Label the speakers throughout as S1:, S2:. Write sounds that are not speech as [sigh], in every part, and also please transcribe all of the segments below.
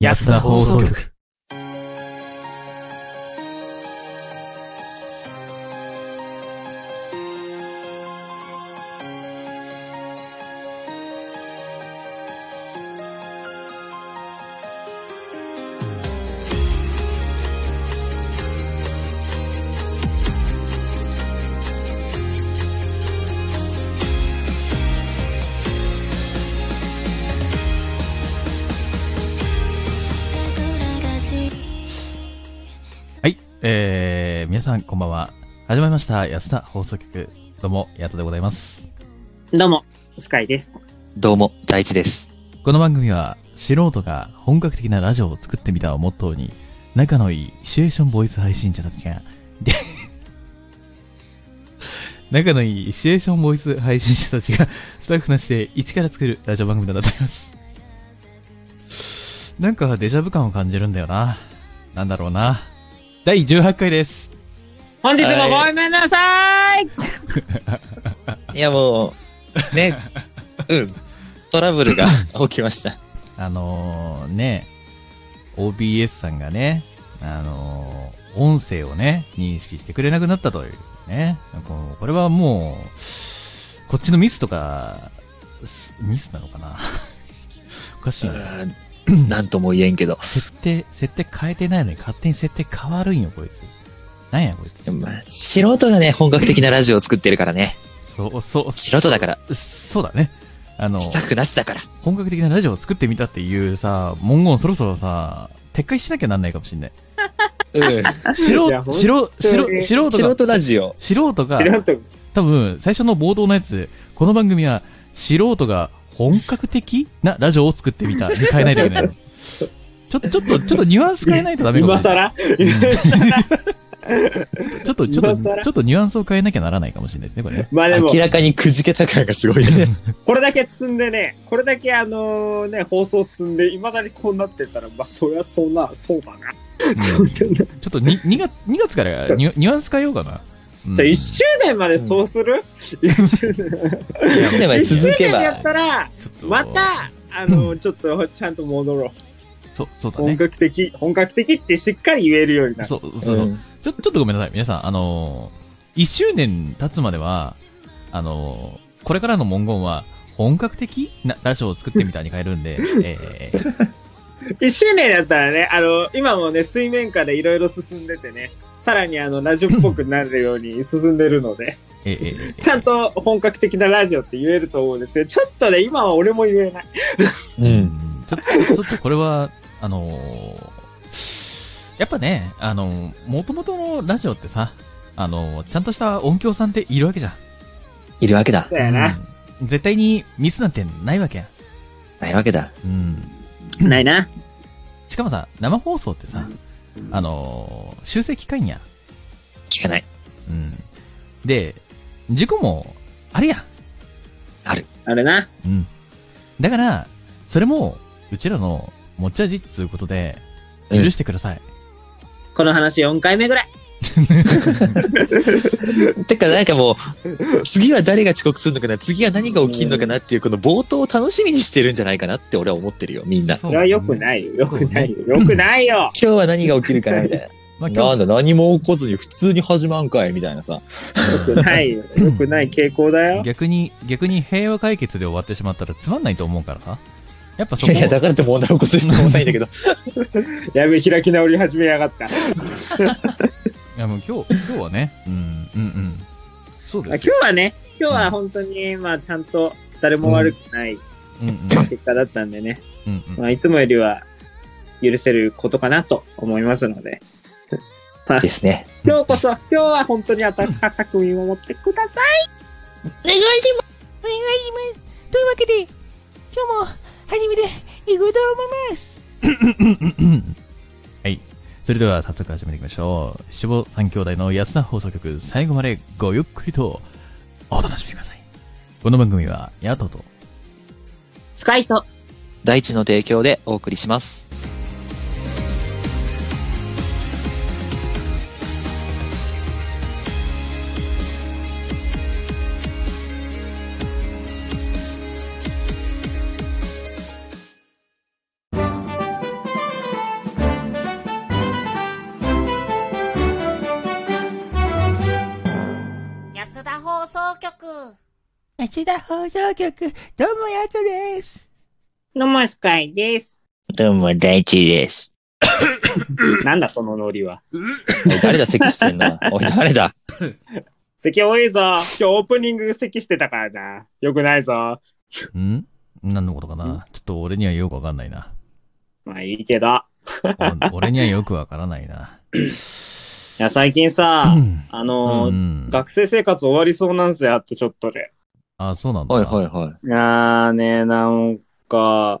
S1: 安田放送局。はい、えー、皆さんこんばんは。始まりました。安田放送局。どうも、ヤトでございます。
S2: どうも、スカイです。
S3: どうも、大地です。
S1: この番組は、素人が本格的なラジオを作ってみたをモットーに、仲のいいシチュエーションボイス配信者たちが、 [laughs] で仲のいいシチュエーションボイス配信者たちが、スタッフなしで一から作るラジオ番組となっております。なんか、デジャブ感を感じるんだよな。なんだろうな。第18回です。
S2: 本日もごめんなさい、
S3: いや、もう、 [laughs] ね、うん、トラブ [laughs] ルが起きました。
S1: あのーね、OBS さんがね、あのー音声をね、認識してくれなくなったというね。こうこれはもう、こっちのミスとか、すミスなのかな [laughs] おかしいな。
S3: うーんなんとも言えんけど。
S1: 設定、設定変えてないのに勝手に設定変わるんよ、こいつ。なんや、こいつ。
S3: まあ、素人がね、本格的なラジオを作ってるからね。
S1: そう、そう、
S3: 素人だから、
S1: ら。そうだね。あの、
S3: スタッフなしだから。
S1: 本格的なラジオを作ってみたっていうさ、文言そろそろさ、撤回しなきゃなんないかもしんない。
S3: うん。
S1: 素
S2: い
S1: 人、
S2: や
S1: 素
S2: 本
S1: 人、
S2: 当
S1: 素
S2: に
S1: 人素人
S3: 素
S1: が、
S3: 人ラジオ。
S1: 素人が、
S2: 素人
S1: 多分、最初の冒頭のやつ、この番組は、素人が本格的なラジオを作ってみた。に変えないといけない
S2: [laughs]
S1: の。ちょっと、ちょっと、ちょっとニュアンス変えないとダメかも
S2: 今
S1: しれない
S2: 更
S1: ちょっと、ちょっと、
S2: 今
S1: ちょっ
S2: 更
S1: とちょっとニュアンスを変えなきゃならないかもしれないですね、これ
S2: [laughs]
S1: ね。
S2: まあでも
S3: 明、らかにくじけた感がすごいね。
S2: これだけ積んでね、これだけあのね、放送積んで、いまだにこうなってたら、まあそりゃそうな、そうだな。そうだな。
S1: ちょっとに 2, 月、2月からニュニュアンス変えようかな。うん
S2: 1周年までそうする、一周年
S3: 1年まで続け
S2: やっ
S3: ば、
S2: たら、
S1: ちょっと
S2: また、あのちょっとちゃんと戻ろう。
S1: そう、そうだ
S2: 本
S1: ね。
S2: 格的、本格的ってしっかり言えるようになる。
S1: そう、そう
S3: う
S1: そう、
S3: ん。
S1: ちょ、ちょっとごめんなさい。皆さん、あのー、1周年経つまでは、あのー、これからの文言は、本格的なラジオを作ってみたに変えるんで、えー、
S2: 一周年だったらね、あの、今もね、水面下でいろいろ進んでてね、さらにあの、ラジオっぽくなるように進んでるので、
S1: えーえーえー
S2: [laughs] ちゃんと本格的なラジオって言えると思うんですよ。ちょっとね、今は俺も言えない。
S3: うん。
S1: ちょっと、ちょっとこれは、あのーやっぱね、あのー、もともとのラジオってさ、あのーちゃんとした音響さんっているわけじゃん。
S3: いるわけだ。
S2: だよな。
S1: うん絶対にミスなんてないわけや。
S3: ないわけだ。
S1: うん。
S2: ないな。
S1: しかもさ、生放送ってさ、あのー修正機械や。
S3: 聞かない。
S1: うん。で、事故も、あれや。
S2: あれな。
S1: うん。だから、それも、うちらの持ち味っつうことで、許してください。
S2: この話4回目ぐらい。
S3: てか、なんかもう、次は誰が遅刻するのかな、次は何が起きるのかなっていう、この冒頭を楽しみにしてるんじゃないかなって俺は思ってるよ、みんな。
S1: そ
S2: それは良くないよ。良くないよ。良くないよ。
S3: 今日は何が起きるかな、みたいな。
S1: まあ、今
S3: な
S1: 日
S3: んだ、何も起こずに普通に始まんかい、みたいなさ。
S2: 良くないよ。良くない傾向だよ。
S1: 逆に、逆に平和解決で終わってしまったらつまんないと思うからさ。やっぱそ
S3: い
S1: こ
S3: やいや、だからって問題起こす必要もないんだけど。
S2: やべ、開き直り始めやがった。
S1: いやもう今日、今日はね、うん、うん、うん。そう
S2: 今
S1: です
S2: 日
S1: よ。
S2: はね、今日は本当に、まあ、ちゃんと誰も悪くない
S1: うん、うん、
S2: 結果だったんでね。
S1: うん、うん。
S2: まあ、いつもよりは許せることかなと思いますので、
S3: ですね。
S2: 今日こそ、今日は本当に温かく見守ってください。
S4: お願いします。お願いします。というわけで、今日も初めて行こうと思います。
S1: はい。それでは早速始めていきましょう。七五三兄弟の安田放送局、最後までごゆっくりとお楽しみください。この番組は、ヤトと、
S2: スカイト。
S3: 大地の提供でお送りします。
S1: 「
S5: 送局。
S4: 町田放送局、どうもやとです。
S2: のもしかいです。
S6: どうも、大地です。
S2: [coughs] なんだそのノリは。
S3: おい誰だ、席してんのは。おい、誰だ。
S2: 席多いぞ。今日オープニング席してたからな。よくないぞ。
S1: ん何のことかなちょっと俺にはよくわかんないな。
S2: まあいいけど。
S1: お [laughs] 俺にはよくわからないな。
S2: いや、最近さ、あ
S1: う
S2: のー
S1: ん。
S2: 学生生活終わりそうなんすよ、あとちょっとで。
S1: あ、そうなんだ。
S3: はいはいはい。
S2: いやーね、なんか、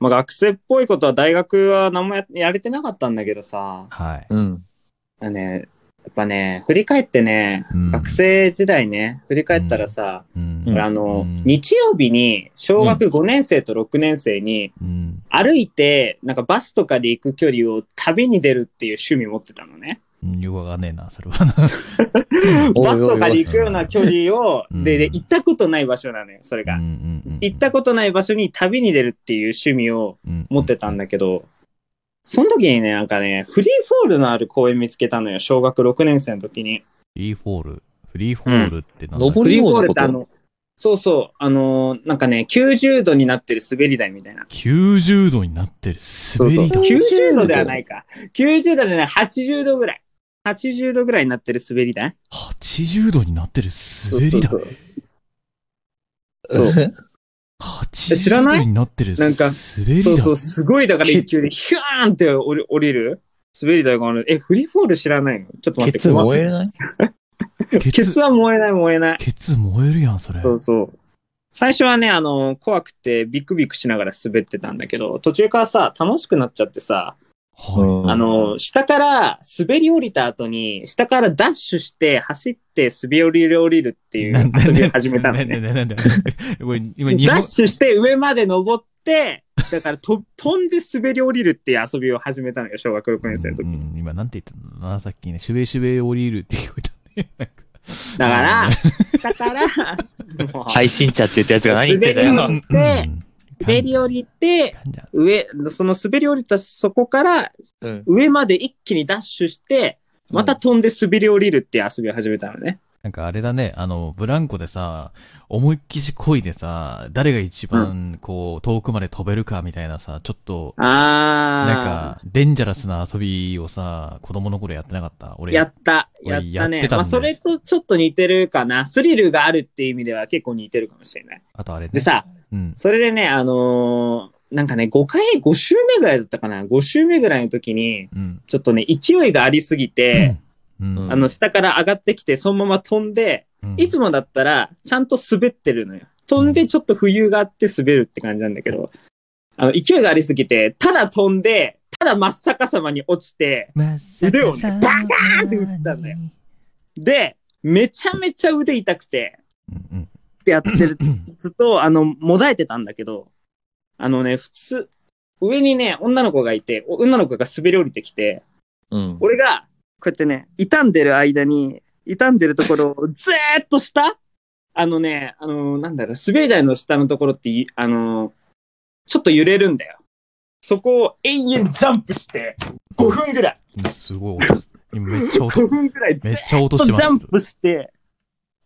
S2: まあ、学生っぽいことは大学は何もややれてなかったんだけどさ、
S1: はい。
S3: うん。
S2: あのね、やっぱね、振り返ってね、
S1: うん
S2: 学生時代ね、振り返ったらさ、
S1: うん。
S2: 俺あの、
S1: うん
S2: 日曜日に小学5年生と6年生に
S1: うん。
S2: 歩いて、なんかバスとかで行く距離を旅に出るっていう趣味持ってたのね。
S1: うんよくわかんねえな、それは。
S3: おいおいおい
S2: バスとかで行くような距離を、
S1: うん
S2: で、で、行ったことない場所なのよ、それが。行ったことない場所に旅に出るっていう趣味を持ってたん
S1: だ。
S2: だけど、その時にね、なんかね、フリーフォールのある公園見つけたのよ、小学6年生の時に。
S1: フリーフォール。フリーフォールってなんだ
S3: 登
S2: フリ
S3: り
S2: ーフォー
S3: 棒
S2: ル
S3: の
S2: って
S3: こと
S2: あ。の、そうそう、あのーなんかね、90度になってる滑り台みたいな。
S1: 90度になってる。
S2: そう
S1: 滑
S2: そう。
S1: り台。
S2: 90度ではないか。90度でね、80度ぐらい。80度ぐらいになってる滑り台
S1: 80度になってる。
S2: そう
S1: 滑
S2: そ
S1: り
S2: うそ
S1: 台。
S2: う。そう。え知ら
S1: 80
S2: ない
S1: 度になってる。
S2: なんか
S1: 滑り台。
S2: そうそう、すごい、だから一級でヒューンって降り降りる滑り台がある。え、フリーフォール知らないのちょっと待って。
S3: ケツ燃えない
S1: ケ
S2: ケツ
S1: ツ、
S2: は燃えない燃えない。
S1: ケツ燃えるやん、それ。
S2: そうそう。最初はね、あの、怖くてビクビクしながら滑ってたんだけど、途中からさ、楽しくなっちゃってさ、
S1: は
S2: あ、の、下から滑り降りた後に、下からダッシュして走って滑り降りる降りるって
S1: い。
S2: い
S1: な
S2: うん遊びを始めたの
S1: なん
S2: ね。
S1: でなんでこれ今、日
S2: ダ
S1: 本
S2: ッ、シュして上まで登って、だからと飛んで滑り降りるっていう遊びを始めたのよ、小学6年生の時。
S1: うんうん今なんて言ったのなさっきね、しゅべしゅべ降りるって聞こえたねなんか。
S2: だから、だから、
S1: [laughs]
S2: もう
S3: 配信者って言ったやつが何言ってんだ
S2: 滑
S3: よ。
S2: り降り
S1: う
S2: て、
S1: ん
S2: 滑り降りて、
S1: 噛んじゃう
S2: 上、その滑り降りたそこから
S3: [laughs] うん。
S2: 上まで一気にダッシュして、また飛んで滑り降りるっていう遊びを始めたのね。
S1: なんかあれだね、あの、ブランコでさ、思いっきしこいでさ、誰が一番、こう、遠くまで飛べるかみたいなさ、ちょっと、
S2: あー。
S1: なんか、デンジャラスな遊びをさ、子供の頃やってなかった俺。
S2: やった。
S1: 俺
S2: やった
S1: やっ
S2: ね。
S1: てたんだよ
S2: まあ、それとちょっと似てるかな。スリルがあるっていう意味では結構似てるかもしれない。
S1: あとあれね。
S2: でさ、
S1: うん。
S2: それでね、あのーなんかね、5回、5周目ぐらいだったかな。5周目ぐらいの時に、
S1: うん。
S2: ちょっとね、勢いがありすぎて、
S1: うん。
S3: うん
S2: あの、下から上がってきて、そのまま飛んで、
S1: うん
S2: いつもだったら、ちゃんと滑ってるのよ。飛んでちょっと浮遊があって滑るって感じなんだけど、あの、勢いがありすぎて、ただ飛んで、ただ真っ逆さまに落ちて、腕をね、バカーンって打ったんだよ。で、めちゃめちゃ腕痛くて、
S1: うんうん
S2: ってやってる、ずっと、あの、もだえてたんだけど、あのね、普通、上にね、女の子がいて、お女の子が滑り降りてきて、
S3: うん。
S2: 俺が、こうやってね、傷んでる間に、傷んでるところをずーっと下あのね、あのーなんだろう、滑り台の下のところってい、あのーちょっと揺れるんだよ。そこを永遠ジャンプして、5分ぐらい、
S1: うんすごい音。今めっちゃ
S2: [laughs] 5
S1: 音、
S2: 分ぐらい
S1: め
S2: ず
S1: っ
S2: ーっ
S1: ちゃ音
S2: と
S1: し
S2: ジ
S1: てます。
S2: ャンプして、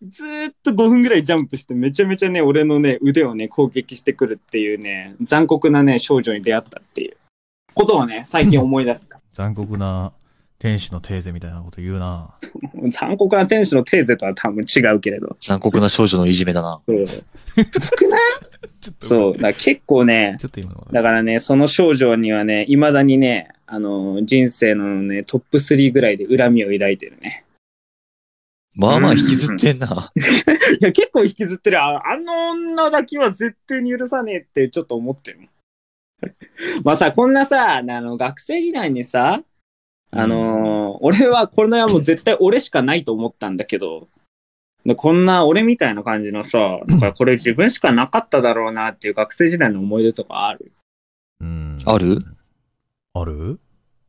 S2: ずーっと5分ぐらいジャンプして、めちゃめちゃね、俺のね、腕をね、攻撃してくるっていうね、残酷なね、少女に出会ったっていうことをね、最近思い出した。
S1: 残酷な天使のテーゼみたいなこと言うな。
S2: [laughs] 残酷な天使のテーゼとは多分違うけれど。
S3: 残酷な少女のいじめだな。
S2: そう。少ない
S1: ちょっと
S2: そう。だから結構ね、
S1: ちょっと今の
S2: だからね、その少女にはね、未だにね、あの、人生のね、トップ3ぐらいで恨みを抱いてるね。
S3: まあまあ引きずってんな。
S2: いや、結構引きずってる。ああの女だけは絶対に許さねえってちょっと思ってるもん。 [laughs] まあさ、こんなさ、あの、学生時代にさ、あのー俺はこれはもう絶対俺しかないと思ったんだけど、でこんな俺みたいな感じのさ、だからこれ自分しかなかっただろうなっていう学生時代の思い出とかある
S1: うん。
S3: ある
S1: あ
S2: [laughs]
S1: る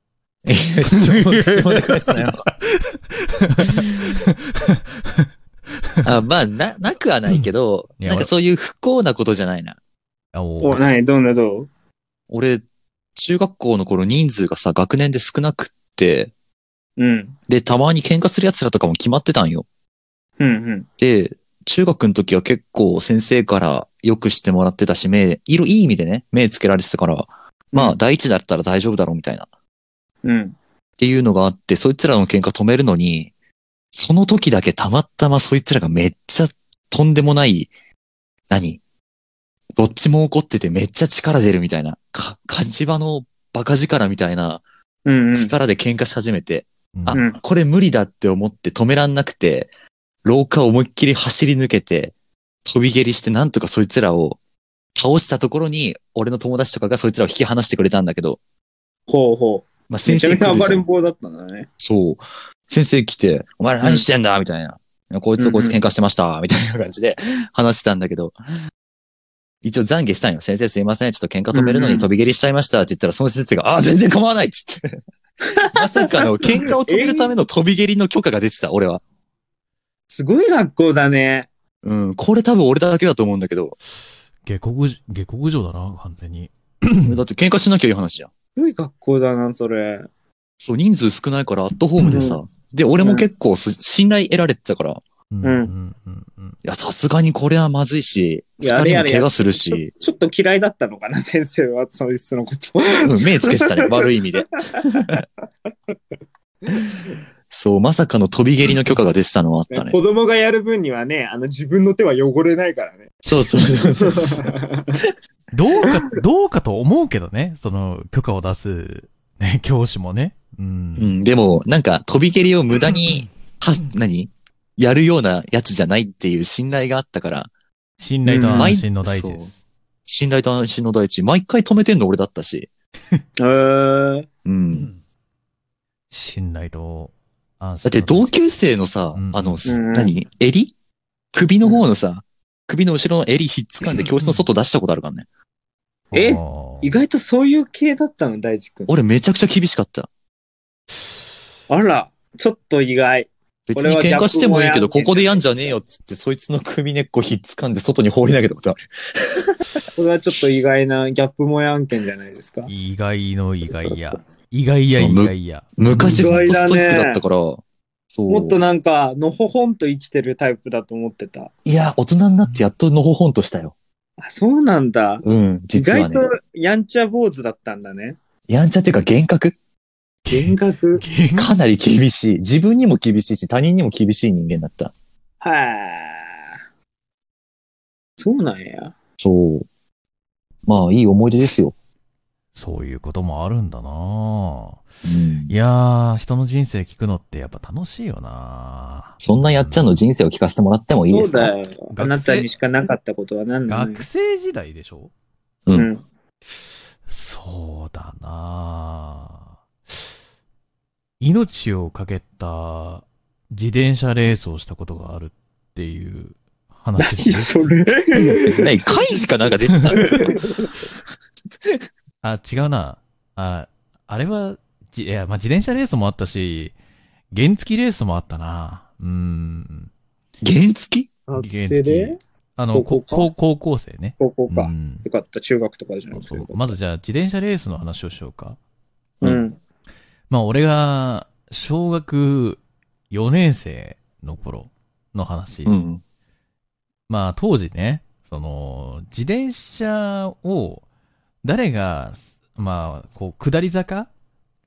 S1: [laughs]
S3: いや質問、質問で返すなよ。 [laughs] あまあ、な、なくはないけど、
S1: うんいや
S3: なんかそういう不幸なことじゃないな。
S1: あ、お
S2: お、なに、どんなどう
S3: 俺、中学校の頃人数がさ、学年で少なくって、
S2: うん。
S3: で、たまに喧嘩する奴らとかも決まってたんよ。
S2: うんうん。
S3: で、中学の時は結構先生からよくしてもらってたし、目、色、いい意味でね、目つけられてたから、まあ、第一だったら大丈夫だろうみたいな。っ
S2: うん。
S3: ていうのがあって、そいつらの喧嘩止めるのに、その時だけたまたまそいつらがめっちゃとんでもない、何どっちも怒っててめっちゃ力出るみたいな、か、火事場のバカ力みたいな
S2: うん、うん。
S3: 力で喧嘩し始めて、
S1: うん
S3: あ、
S2: うん
S3: これ無理だって思って止めらんなくて、廊下を思いっきり走り抜けて、飛び蹴りしてなんとかそいつらを倒したところに、俺の友達とかがそいつらを引き離してくれたんだけど、
S2: ほうほ
S3: まあ、
S2: う。め
S3: 先
S2: ちゃ
S3: 生
S2: めちゃ
S3: 来る
S2: 暴
S3: じ
S2: れん坊だ
S3: ゃん
S2: ったんだね。
S3: そう。先生来て、お前ら何してんだみたいな。こいつとこいつ喧嘩してましたみたいな感じで話したんだけど、一応懺悔したんよ。先生すいません。ちょっと喧嘩止めるのに飛び蹴りしちゃいましたって言ったら、その先生が、ああ、全然構わないっつ
S2: [laughs]
S3: って。まさかの喧嘩を止めるための飛び蹴りの許可が出てた、俺は。
S2: すごい学校だね。
S3: うん、これ多分俺だけだと思うんだけど、
S1: 下克上、下克上だな、完全に。
S3: だって喧嘩しなきゃいい話じゃん。
S2: すごい学校だな、それ。
S3: そう、人数少ないからアットホームでさ、で、俺も結構す信頼得られてたから、い
S1: うん。
S2: うん
S1: ん。うん。うん。
S3: や、さすがにこれはまずいし、
S2: い
S3: 二
S2: や
S3: 人も
S2: あれやれ
S3: 怪
S2: や
S3: 我する
S2: ちょ
S3: し、
S2: ちょっと嫌いだったのかな、 [laughs] 先生は、そいつのこと。
S3: うん [laughs] 目つけて
S2: [laughs]
S3: たね、悪い意味で。そう、まさかの飛び蹴りの許可が出てたのはあったね。
S2: 子供がやる分にはね、あの自分の手は汚れないからね。
S3: そうそうそ
S2: [laughs]
S3: うそう。
S1: どうか、 [laughs] どうかと思うけどね、その許可を出す、ね、 [laughs] 教師もね。うん
S3: う。ん、でも、なんか、飛び蹴りを無駄に、は、何やるようなやつじゃないっていう信頼があったから、
S1: 信頼と
S2: うん
S1: 安心の第一です。
S3: 信頼と安心の第一、毎回止めてんの俺だったし。
S2: えー、
S3: う。
S1: うんん信頼と安心。
S3: だって同級生のさ、
S1: うん
S3: あの、
S2: うん
S3: 何襟首の方のさ、首の後ろの襟ひっつかんで教室の外出したことあるからね。
S2: え
S1: あー
S2: 意外とそういう系だったの、大地君。
S3: 俺めちゃくちゃ厳しかった。
S2: あら、ちょっと意外。
S3: 別に喧嘩してもいいけど、
S2: これは逆もやって
S3: ここでやんじゃねえよっつって、そいつの首根っこひっつかんで外に放り投げたことある。
S2: これはちょっと意外なギャップ萌え案件じゃないですか。
S1: 意外の意外や。意外や
S3: そう
S1: 意
S3: む
S1: 外や。
S3: 昔ほんとストイ
S2: 意
S3: ッ
S2: 外だ
S3: ク
S2: ね
S3: だったから、そう。
S2: もっとなんか、のほほんと生きてるタイプだと思ってた。
S3: いや、大人になってやっとのほほんとしたよ。
S2: あ、そうなんだ。
S3: うん、
S2: 意
S3: 実は
S2: 外
S3: ね
S2: と。やんちゃ坊主だったんだね。
S3: やんちゃっていうか幻覚
S2: 幻覚。
S1: 喧嘩
S3: かなり厳しい。自分にも厳しいし、他人にも厳しい人間だった。
S2: はい。そうなんや。
S3: そう。まあ、いい思い出ですよ。
S1: そういうこともあるんだな
S3: うん
S1: いやー、人の人生聞くのってやっぱ楽しいよな
S3: そんなやっちゃんの人生を聞かせてもらってもいい
S2: そ
S3: で
S2: う
S3: すか
S2: だよ。あなたにしかなかったことは何なのよ
S1: 学生時代でしょ
S3: うん
S2: うん。
S1: そうだな命をかけた自転車レースをしたことがあるっていう話
S2: 何
S1: です。
S2: それ
S3: 何怪事かなんか出てた
S1: あ、違うな。あ、あれは、じいや、まあ、自転車レースもあったし、原付きレースもあったな。うん。
S3: 原付き
S2: 学
S1: 原
S2: 生で
S1: 付あの、
S2: 高
S1: こ
S2: 校か
S1: 高高校生ね。
S2: 高校か。
S1: うん
S2: よかった、中学とかじゃなくて
S1: そう。まずじゃあ、自転車レースの話をしようか。
S2: うん。
S1: まあ、俺が、小学4年生の頃の話。
S3: うん。
S1: まあ、当時ね、その、自転車を、誰が、まあ、こう、下り坂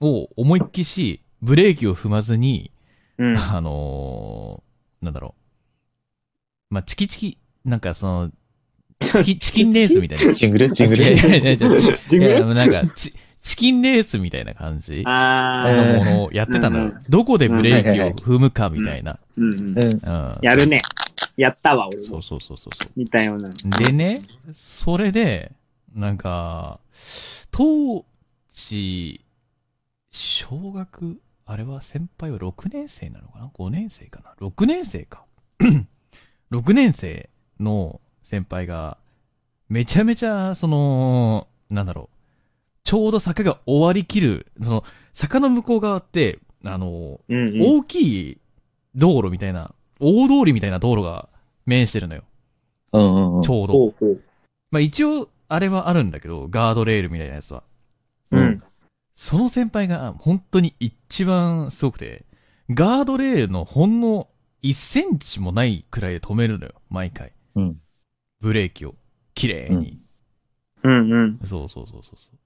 S1: を思いっきし、ブレーキを踏まずに、 [laughs]
S2: うん。
S1: あのーなんだろう。まあ、チキチキ、なんかその、チキ、チキンレースみたい
S3: [laughs]
S1: な。
S3: ジングルジング
S2: [laughs]
S1: いやい
S3: ル
S1: やいやいやい
S2: ジング
S1: やいや
S2: ル
S1: なんか、チ、チキンレースみたいな感じ
S2: あ
S1: のも
S2: ー
S1: のをやってたの
S2: う
S1: よ
S2: ん。
S1: どこでブレーキを踏むかみたいな。
S2: うんう
S1: う
S2: ん。
S3: うん。
S1: ん。
S2: やるね。やったわ、俺
S1: そ
S2: も
S1: う。そうそうそうそう。
S2: 似たような。
S1: でね、それで、なんか、当時、小学、あれは先輩は6年生なのかな ?5 年生かな ?6 年生か。6年生の先輩が、めちゃめちゃ、その、なんだろう。ちょうど坂が終わりきる、その、坂の向こう側って、あの、
S2: うんうん。
S1: 大きい道路みたいな、大通りみたいな道路が面してるのよ。
S3: うんうんうん
S1: ち。ょうど。
S2: ほうほう。
S1: まあ一応、あれはあるんだけど、ガードレールみたいなやつは。
S2: うん。
S1: その先輩が本当に一番すごくて、ガードレールのほんの1センチもないくらいで止めるのよ、毎回。
S3: うん
S1: ブレーキを。綺麗に。
S2: うんうん。
S1: そうそうそうそうそう。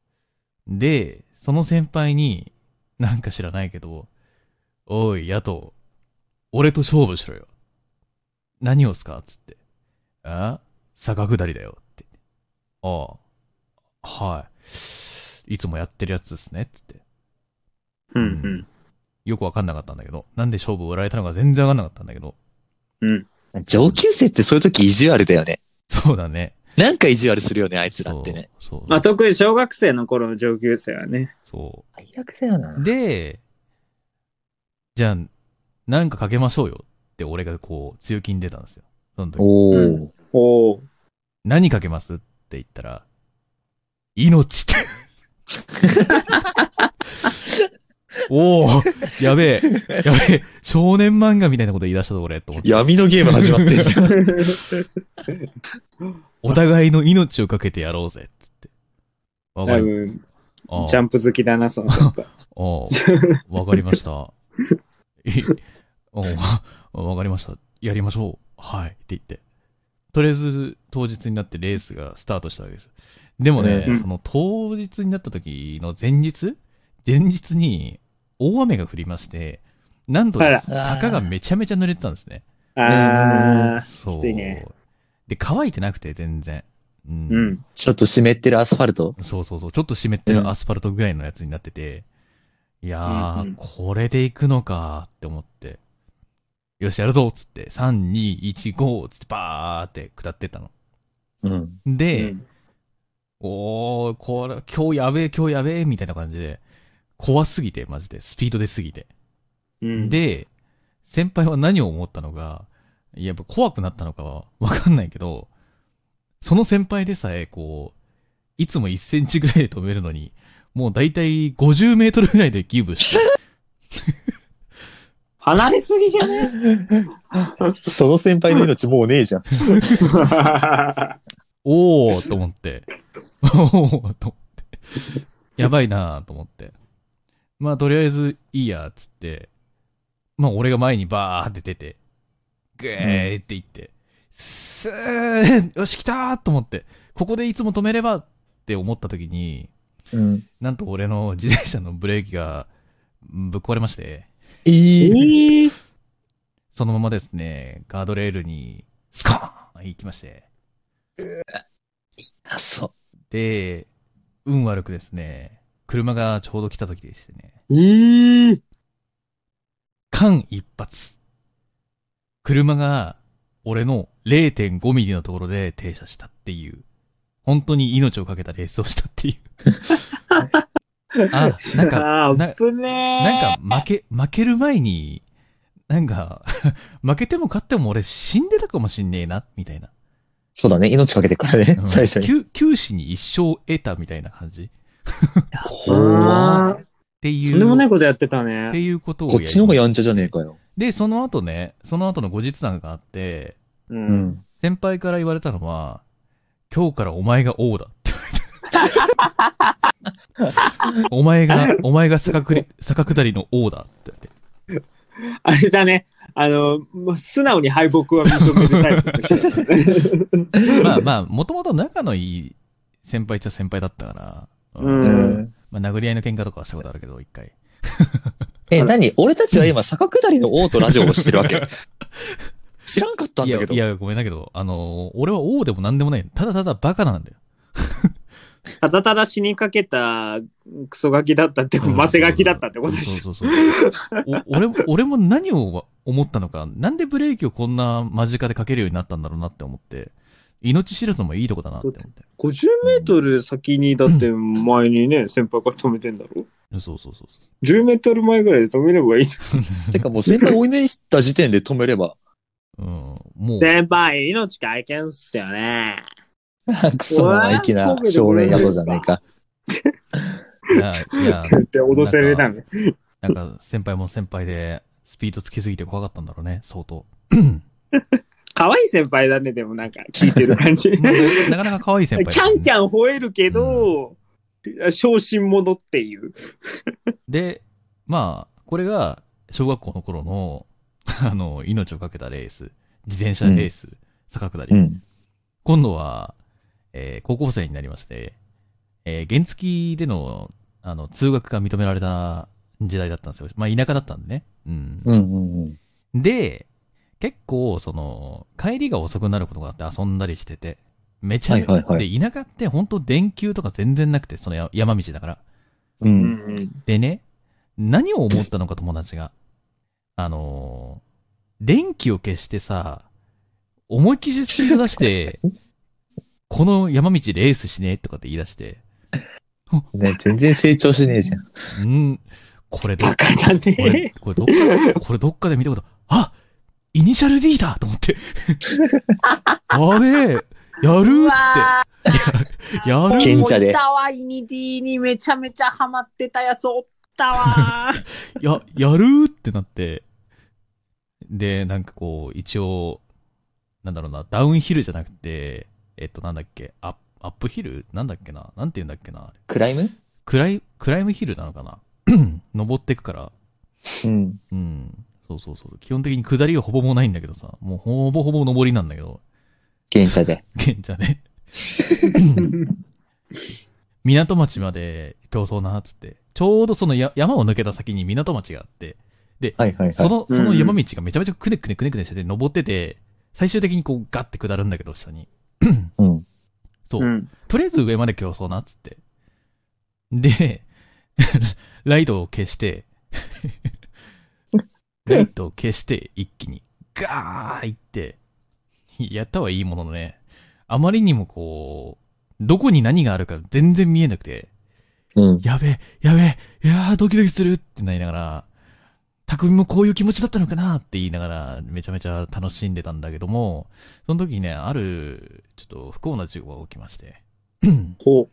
S1: で、その先輩に、なんか知らないけど、おい、野党、俺と勝負しろよ。何をすかつって。あ坂下りだよ。って。ああ。はい。いつもやってるやつですね。つって。
S2: うん
S1: よくわかんなかったんだけど、なんで勝負を売られたのか全然わかんなかったんだけど。
S3: 上級生ってそういう時意地悪だよね。
S1: そうだね。
S3: なんか意地悪するよね、あいつらってね。
S1: そう。
S2: ま
S1: そう
S2: あ、特に小学生の頃の上級生はね。
S1: そ
S3: 最悪だよな
S1: う。で、じゃあ、なんかかけましょうよって俺がこう、強気に出たんですよ。その時
S3: お
S2: う
S3: ー。
S2: おお。
S1: 何かけますって言ったら、命って。おおやべえ、やべえ、少年漫画みたいなこと言い出したぞ俺、と思って。
S3: 闇のゲーム始まってん
S2: [laughs]
S3: じゃん。
S1: お互いの命をかけてやろうぜ、つって。わか
S2: 多
S1: る。
S2: 分、
S1: ああ
S2: ジャンプ好きだな、その先
S1: [laughs]
S2: 輩。 [laughs]
S1: ああ、わかりました。いおうわかりました。やりましょう。はい。って言って。とりあえず、当日になってレースがスタートしたわけです。でもね、
S2: うん
S1: その当日になった時の前日前日に大雨が降りまして、なんと
S2: あら
S1: 坂がめちゃめちゃ濡れてたんですね。
S2: ああ、
S1: そう。
S2: きついね
S1: で、乾いてなくて全然。うん
S2: うん。
S3: ちょっと湿ってるアスファルト。
S1: そうそうそう。ちょっと湿ってるアスファルトぐらいのやつになってて、いやー、
S2: うんうん
S1: これで行くのかって思って、よし、やるぞっつって、3、2、1、5つってバーって下ってったの。
S3: うん。
S2: う
S1: で、
S2: ん
S1: おー、これ、今日やべえ、今日やべえ、みたいな感じで、怖すぎて、マジで、スピード出すぎて。
S2: うん。
S1: で、先輩は何を思ったのが、いややっぱ怖くなったのかはわかんないけど、その先輩でさえ、こう、いつも1センチぐらいで止めるのに、もうだいたい50メートルぐらいでギブして、
S2: 離れすぎじゃね
S3: その先輩の命もうねえじゃん。
S1: おーと思って、おーと思って、やばいなーと思って。まあ、とりあえずいいや、つって、まあ、俺が前にバーって出て、ぐーって行って、すー、よし来たーと思って、ここでいつも止めればって思った時に、
S3: うん。
S1: なんと俺の自転車のブレーキがうんぶっ壊れまして、[laughs]
S2: え
S3: えー、
S2: ー
S1: そのままですね、ガードレールにスカーン行きまして、
S3: あ、そう。
S1: で、運悪くですね、車がちょうど来た時でしてね、
S2: えー
S1: 間一髪。車が俺の0.5ミリのところで停車したっていう、本当に命をかけたレースをしたっていう。あ、なんか、
S2: あ
S1: な
S2: ー、危ねー
S1: なんか負け、負ける前に、なんか、 [laughs] 負けても勝っても俺死んでたかもしんねえな、みたいな。
S3: そうだね。命かけてからね
S1: う。ん
S3: 最初に。
S1: 九九死に一生を得たみたいな感じ。っ
S3: 怖っ
S2: あー
S1: ていう。
S2: とんでもないことやってた
S1: っ
S2: ね
S1: て。いうことを
S3: こっちの方が
S1: やり
S3: やんちゃじゃねえかよ。
S1: で、その後ね、その後の後日談があって、
S2: う。
S3: うんん。
S1: 先輩から言われたのは、今日からお前が王だって [laughs] 言われた。お前が、お前が坂くり坂下りの王だって
S2: あれだね。あの、もう素直に敗北は認めるタイプの
S1: [laughs]
S2: 人だね。
S1: 言われて。まあまあ、もともと仲のいい先輩っちゃ先輩だったから、
S2: うん
S3: うん
S1: まあ殴り合いの喧嘩とかはしたことあるけど、一回。
S3: え、何俺たちは今、坂下りの王とラジオをしてるわけ知らんかった
S1: い
S3: んだ
S1: や、
S3: けど
S1: い。や、ごめんだけど、あのー俺は王でも何でもない。ただただバカなんだよ。
S2: ただただ死にかけたクソガキだったってこと、マセガキだったってことでしょ。
S1: そうそうそうそうお俺も、 [laughs] 俺も何を思ったのか、なんでブレーキをこんな間近でかけるようになったんだろうなって思って、命知らずもいいとこだなって思って。
S2: 50メートル先にだって前にね、先輩から止めてんだろ
S1: そうそうそうそ
S2: ?10 メートル前ぐらいで止めればいい。
S3: てかもう先輩追い抜いた時点で止めれば。
S1: う。うん、もう、
S2: 先輩、命危険っすよね。
S3: [laughs] クソ生意気な少年宿じゃねえか。
S1: いや、いや
S2: って言って脅せれたの。
S1: なんか先輩も先輩で、スピードつきすぎて怖かったんだろうね、相当。
S2: 可愛い先輩だね、でもなんか聞いてる感じ。
S1: [laughs] まあなかなか可愛い先輩だ
S2: キ
S1: った
S2: ャ
S1: ね、
S2: ンキャン吠えるけど、昇進者っていう。
S1: で、まあ、これが、小学校の頃の、あの、命をかけたレース、自転車レース、坂下り、
S3: うん。
S1: 今度は、えー高校生になりまして、えー原付きでの、あの、通学が認められた時代だったんですよ。まあ、田舎だったんでね。うん。
S3: うんうんうん。
S1: で、結構、その、帰りが遅くなることがあって遊んだりしてて、めちゃめちゃ、
S3: はいはいは
S1: で、田舎って本当電球とか全然なくて、そのや山道だから。
S3: う。
S2: うんんうん。
S1: でね、何を思ったのか友達が。あのー電気を消してさ、思いっきりスピード出して、この山道レースしねえとかって言い出して、
S3: ね、全然成長しねえじゃん。
S1: うん、これど
S2: バカだ
S1: これ
S2: ね。
S1: これどっか、これどっかで見たこと、あイニシャル D だと思
S2: [laughs]
S1: って。あれやるっ
S2: う
S1: つ
S2: わ
S1: って。やる
S3: 賢者で
S2: もういたわ、イニディにめちゃめちゃハマってたやつおったわ。
S1: や、やるってなって、で、なんかこう、一応、なんだろうな、ダウンヒルじゃなくて、えっと、なんだっけ、アップアップヒルなんだっけななんて言うんだっけな
S3: クライム
S1: クライ、クライムヒルなのかな [clears throat] 登ってくから、
S3: うん。
S1: うん。そうそうそう。基本的に下りはほぼもうないんだけどさ、もうほぼほぼ登りなんだけど、
S3: 賢者で。
S1: 現地はね。港町まで競争な、つって。ちょうどそのや山を抜けた先に港町があって、
S3: はいはいはい。
S1: その、
S2: うん
S1: その山道がめちゃめちゃくねくねくねくねしてて、登ってて、最終的にこうガッて下るんだけど、下に。
S3: うん。
S1: そう。
S2: [laughs] うん
S1: とりあえず上まで競争な、っつって。で、 [laughs] ライトを消して、
S2: [laughs]
S1: ライトを消して、一気に、ガーいって、やったはいいもののね、あまりにもこう、どこに何があるか全然見えなくて、
S3: うん。
S1: やべえ、やべえ、いやードキドキするってなりながら、匠もこういう気持ちだったのかなって言いながら、めちゃめちゃ楽しんでたんだけども、その時にね、ある、ちょっと不幸な事故が起きまして、
S2: ほ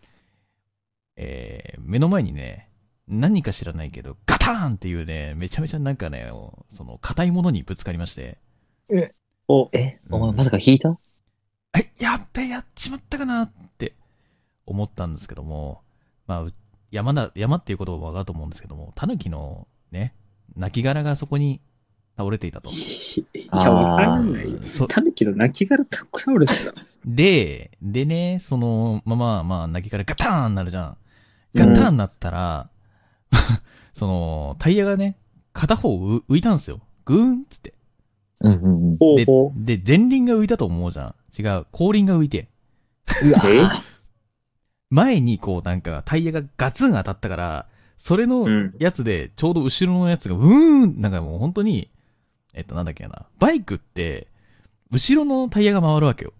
S1: えー、目の前にね、何か知らないけど、ガターンっていうね、めちゃめちゃなんかね、その、硬いものにぶつかりまして、
S3: え、
S1: お前ま
S3: さか引いた
S1: え、やっべ、やっちまったかなって思ったんですけども、まあ、う山だ、山っていうことは分かると思うんですけども、タヌキのね、亡骸がそこに倒れていたと。
S2: う。いや、わかんないよ。
S1: そ
S2: タヌキの泣き殻と比べてた。
S1: で、でね、その、まあまあまあ、泣きからガターンなるじゃん。
S2: う
S1: ガ
S2: ん
S1: ターンなったら、 [laughs] その、タイヤがね、片方う浮いたんですよ。グーンっつって。
S3: うんうんうん。
S2: ほう
S1: で
S2: ほう。、
S1: で、前輪が浮いたと思うじゃん。違う、後輪が浮いて。前にこうなんかタイヤがガツン当たったから、それの
S2: うん
S1: やつで、ちょうど後ろのやつが、うーんなんかもう本当に、えっとなんだっけな、バイクって、後ろのタイヤが回るわけよ。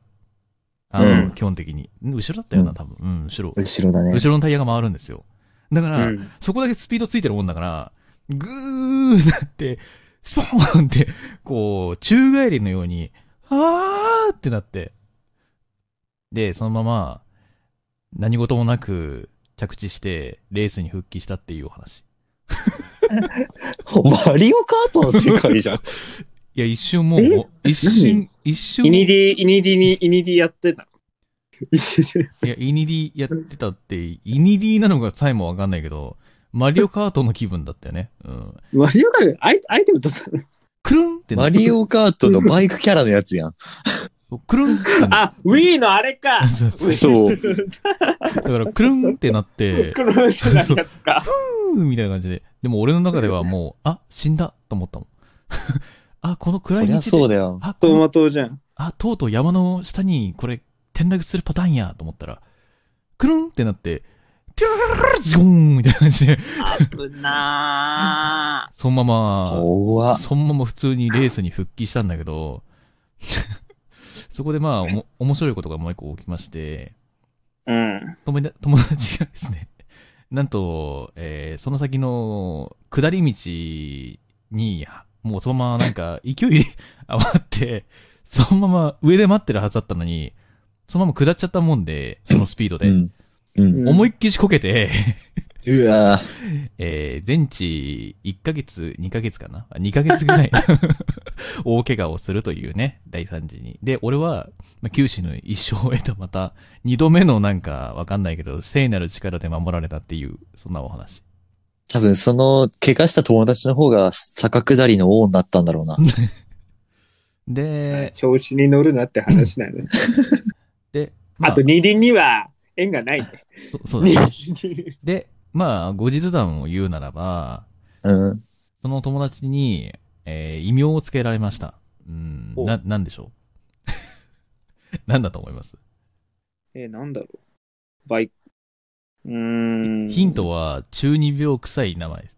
S1: あの、
S2: うん
S1: 基本的に。ん後ろだったよ
S3: う
S1: な、
S3: ん
S1: 多分。うん、後ろ。
S3: 後ろだね。
S1: 後ろのタイヤが回るんですよ。だから、
S2: うん
S1: そこだけスピードついてるもんだから、ぐーなって、スポーンって、こう、宙返りのように、あーってなって。で、そのまま、何事もなく着地して、レースに復帰したっていうお話。
S3: マリオカートの世界じゃん。
S1: いや、一瞬も
S2: え
S1: う、一瞬
S2: 何、
S1: 一瞬、
S2: イニディ、イニディに、イニディやってた。
S1: いや、イニディやってたって、イニディなのかさえもわかんないけど、マリオカートの気分だったよね。うん。
S2: マリオカート、アイアイテム取ったの
S1: くるんってな
S3: マリオカートのバイクキャラのやつ [laughs] やん。
S1: くるんってな
S2: あ、ウィーのあれ
S1: [laughs]
S2: か。
S1: そうそう
S3: そう。
S1: だから、くるんってな
S2: [laughs]
S1: って、
S2: 黒の人のやつか。
S1: ふーみたいな感じで。でも俺の中ではもう、あ、死んだと思ったもん。 [laughs] あ、この
S3: そ
S1: 暗い
S3: り
S1: 道
S3: ゃ
S1: で。
S3: そうだよ。
S1: あ、こ
S2: ト
S1: の
S2: マトじゃん。
S1: あ、とうとう山の下にこれ転落するパターンやと思ったら、くるんってなって、ピュルルルズゴーンみたいな感じで、 [laughs]
S2: 危な
S1: そのまま、
S3: 怖
S1: そのまま普通にレースに復帰したんだけど、 [laughs] そこでまあ、おも面白いことがもう一個起きまして、
S2: うん。
S1: 友達友達がですね、なんと、えーその先の下り道に、もうそのままなんか勢いで余って、そのまま上で待ってるはずだったのに、そのまま下っちゃったもんで、そのスピード
S3: う
S1: で。
S3: ん。うん。
S1: 思いっきりしこけて、
S3: うわ
S1: えー全治1ヶ月、2ヶ月かな ?2 ヶ月ぐらい [laughs] 大怪我をするというね、大惨事に。で、俺は、まあ、九死の一生を得たまた、二度目のなんかわかんないけど、聖なる力で守られたっていう、そんなお話。
S3: 多分その、怪我した友達の方が坂下りの王になったんだろうな。
S1: で、
S2: 調子に乗るなって話なんで。
S1: で、ま
S2: あと二輪には縁がないね。
S1: そそう
S2: 二
S1: だね
S2: 輪に
S1: で、まあ、後日談を言うならば、
S3: うん。
S1: その友達に、えー異名をつけられました。うん、 [laughs]
S2: お
S1: な、なんでしょうなんだと思います
S2: [laughs] えー、なんだろう。バイク。うーん。
S1: ヒントは、中二病臭い名前です。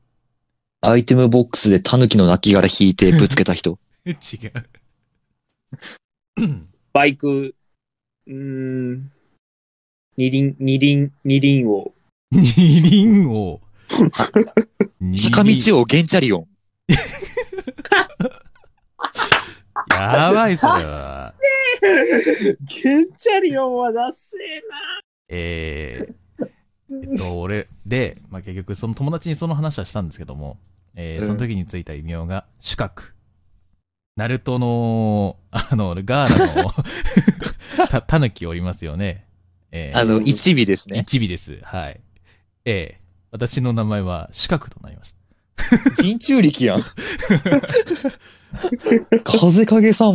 S3: アイテムボックスで狸の亡骸引いてぶつけた人。
S1: 違う。
S2: バイク、うーん。二輪、二輪、二輪を。
S1: 二輪を、二輪
S3: 坂道王ゲンチャリオン。
S1: やばい、それは。
S2: ゲンチャリオンはだせえ
S1: えー、えっと、俺、で、まあ、結局、その友達にその話はしたんですけども、えー
S3: うん
S1: その時についた異名が、主角。ナルトの、あの、ガーラの、た、たぬきおりますよね。えー
S3: あの、一尾で
S1: [laughs]
S3: すね。
S1: 一尾です。はい。ええ私の名前は、主角となりました。
S3: 人中力やん。 [laughs] 風影様。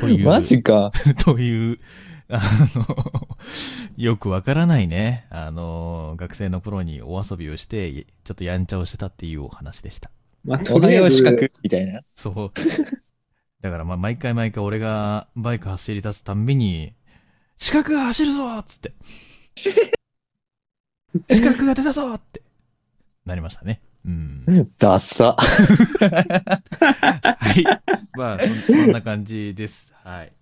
S1: という。
S3: マジか。
S1: [laughs] という、あの、 [laughs] よくわからないね、あの、学生の頃にお遊びをして、ちょっとやんちゃをしてたっていうお話でした。
S2: な。まあ、と
S3: おは
S2: り
S3: よ
S2: あえ
S3: う
S2: ず
S3: 四、角みたいな。
S1: そう。だからまあ、毎回毎回俺がバイク走り出すたんびに、四角が走るぞっつって。四角が出たぞって。なりましたね。うん。
S3: ダッサ。
S1: はい。まあそん、そんな感じです。はい。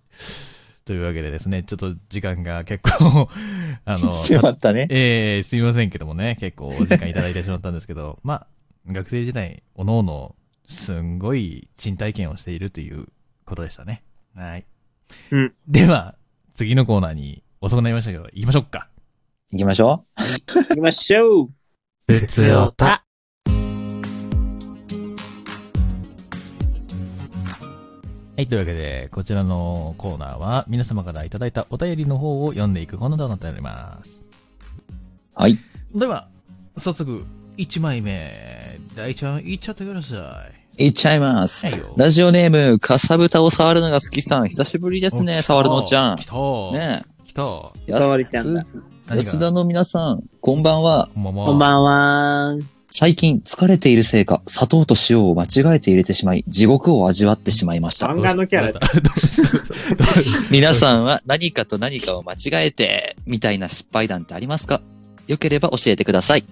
S1: というわけでですね、ちょっと時間が結構、 [laughs] あの、
S3: [laughs] 迫ったね。
S1: [laughs] えー、すみませんけどもね、結構お時間いただいてしまったんですけど、 [laughs] まあ、学生時代、おのおの、すんごい賃体験をしているということでしたね。はい。
S2: うん
S1: では、次のコーナーに遅くなりましたけど、行きましょうか。
S3: 行きましょ
S2: 行きましょう。
S1: 普通おた。はい、というわけで、こちらのコーナーは、皆様からいただいたお便りの方を読んでいくコーナーとなっております。
S3: う。はい。
S1: では、早速、1枚目、大ちゃん、いっちゃってください。
S3: 行っちゃいます
S1: はいよ。
S3: ラジオネーム、かさぶたを触るのが好きさん。久しぶりです
S1: お
S3: ね、触るのおっちゃん
S1: 来。た。
S3: ね
S1: 来た。
S3: え。
S2: 触りちゃんだ。
S1: 何が
S3: 安田の皆さん、こんばんは。
S1: こんばんは。
S2: こんばんは。
S3: 最近疲れているせいか、砂糖と塩を間違えて入れてしまい、地獄を味わってしまいました。
S2: 漫画のキャラ
S1: どうしたどうしたどうした
S3: 皆さんは何かと何かを間違えて、みたいな失敗談ってありますかよければ教えてください。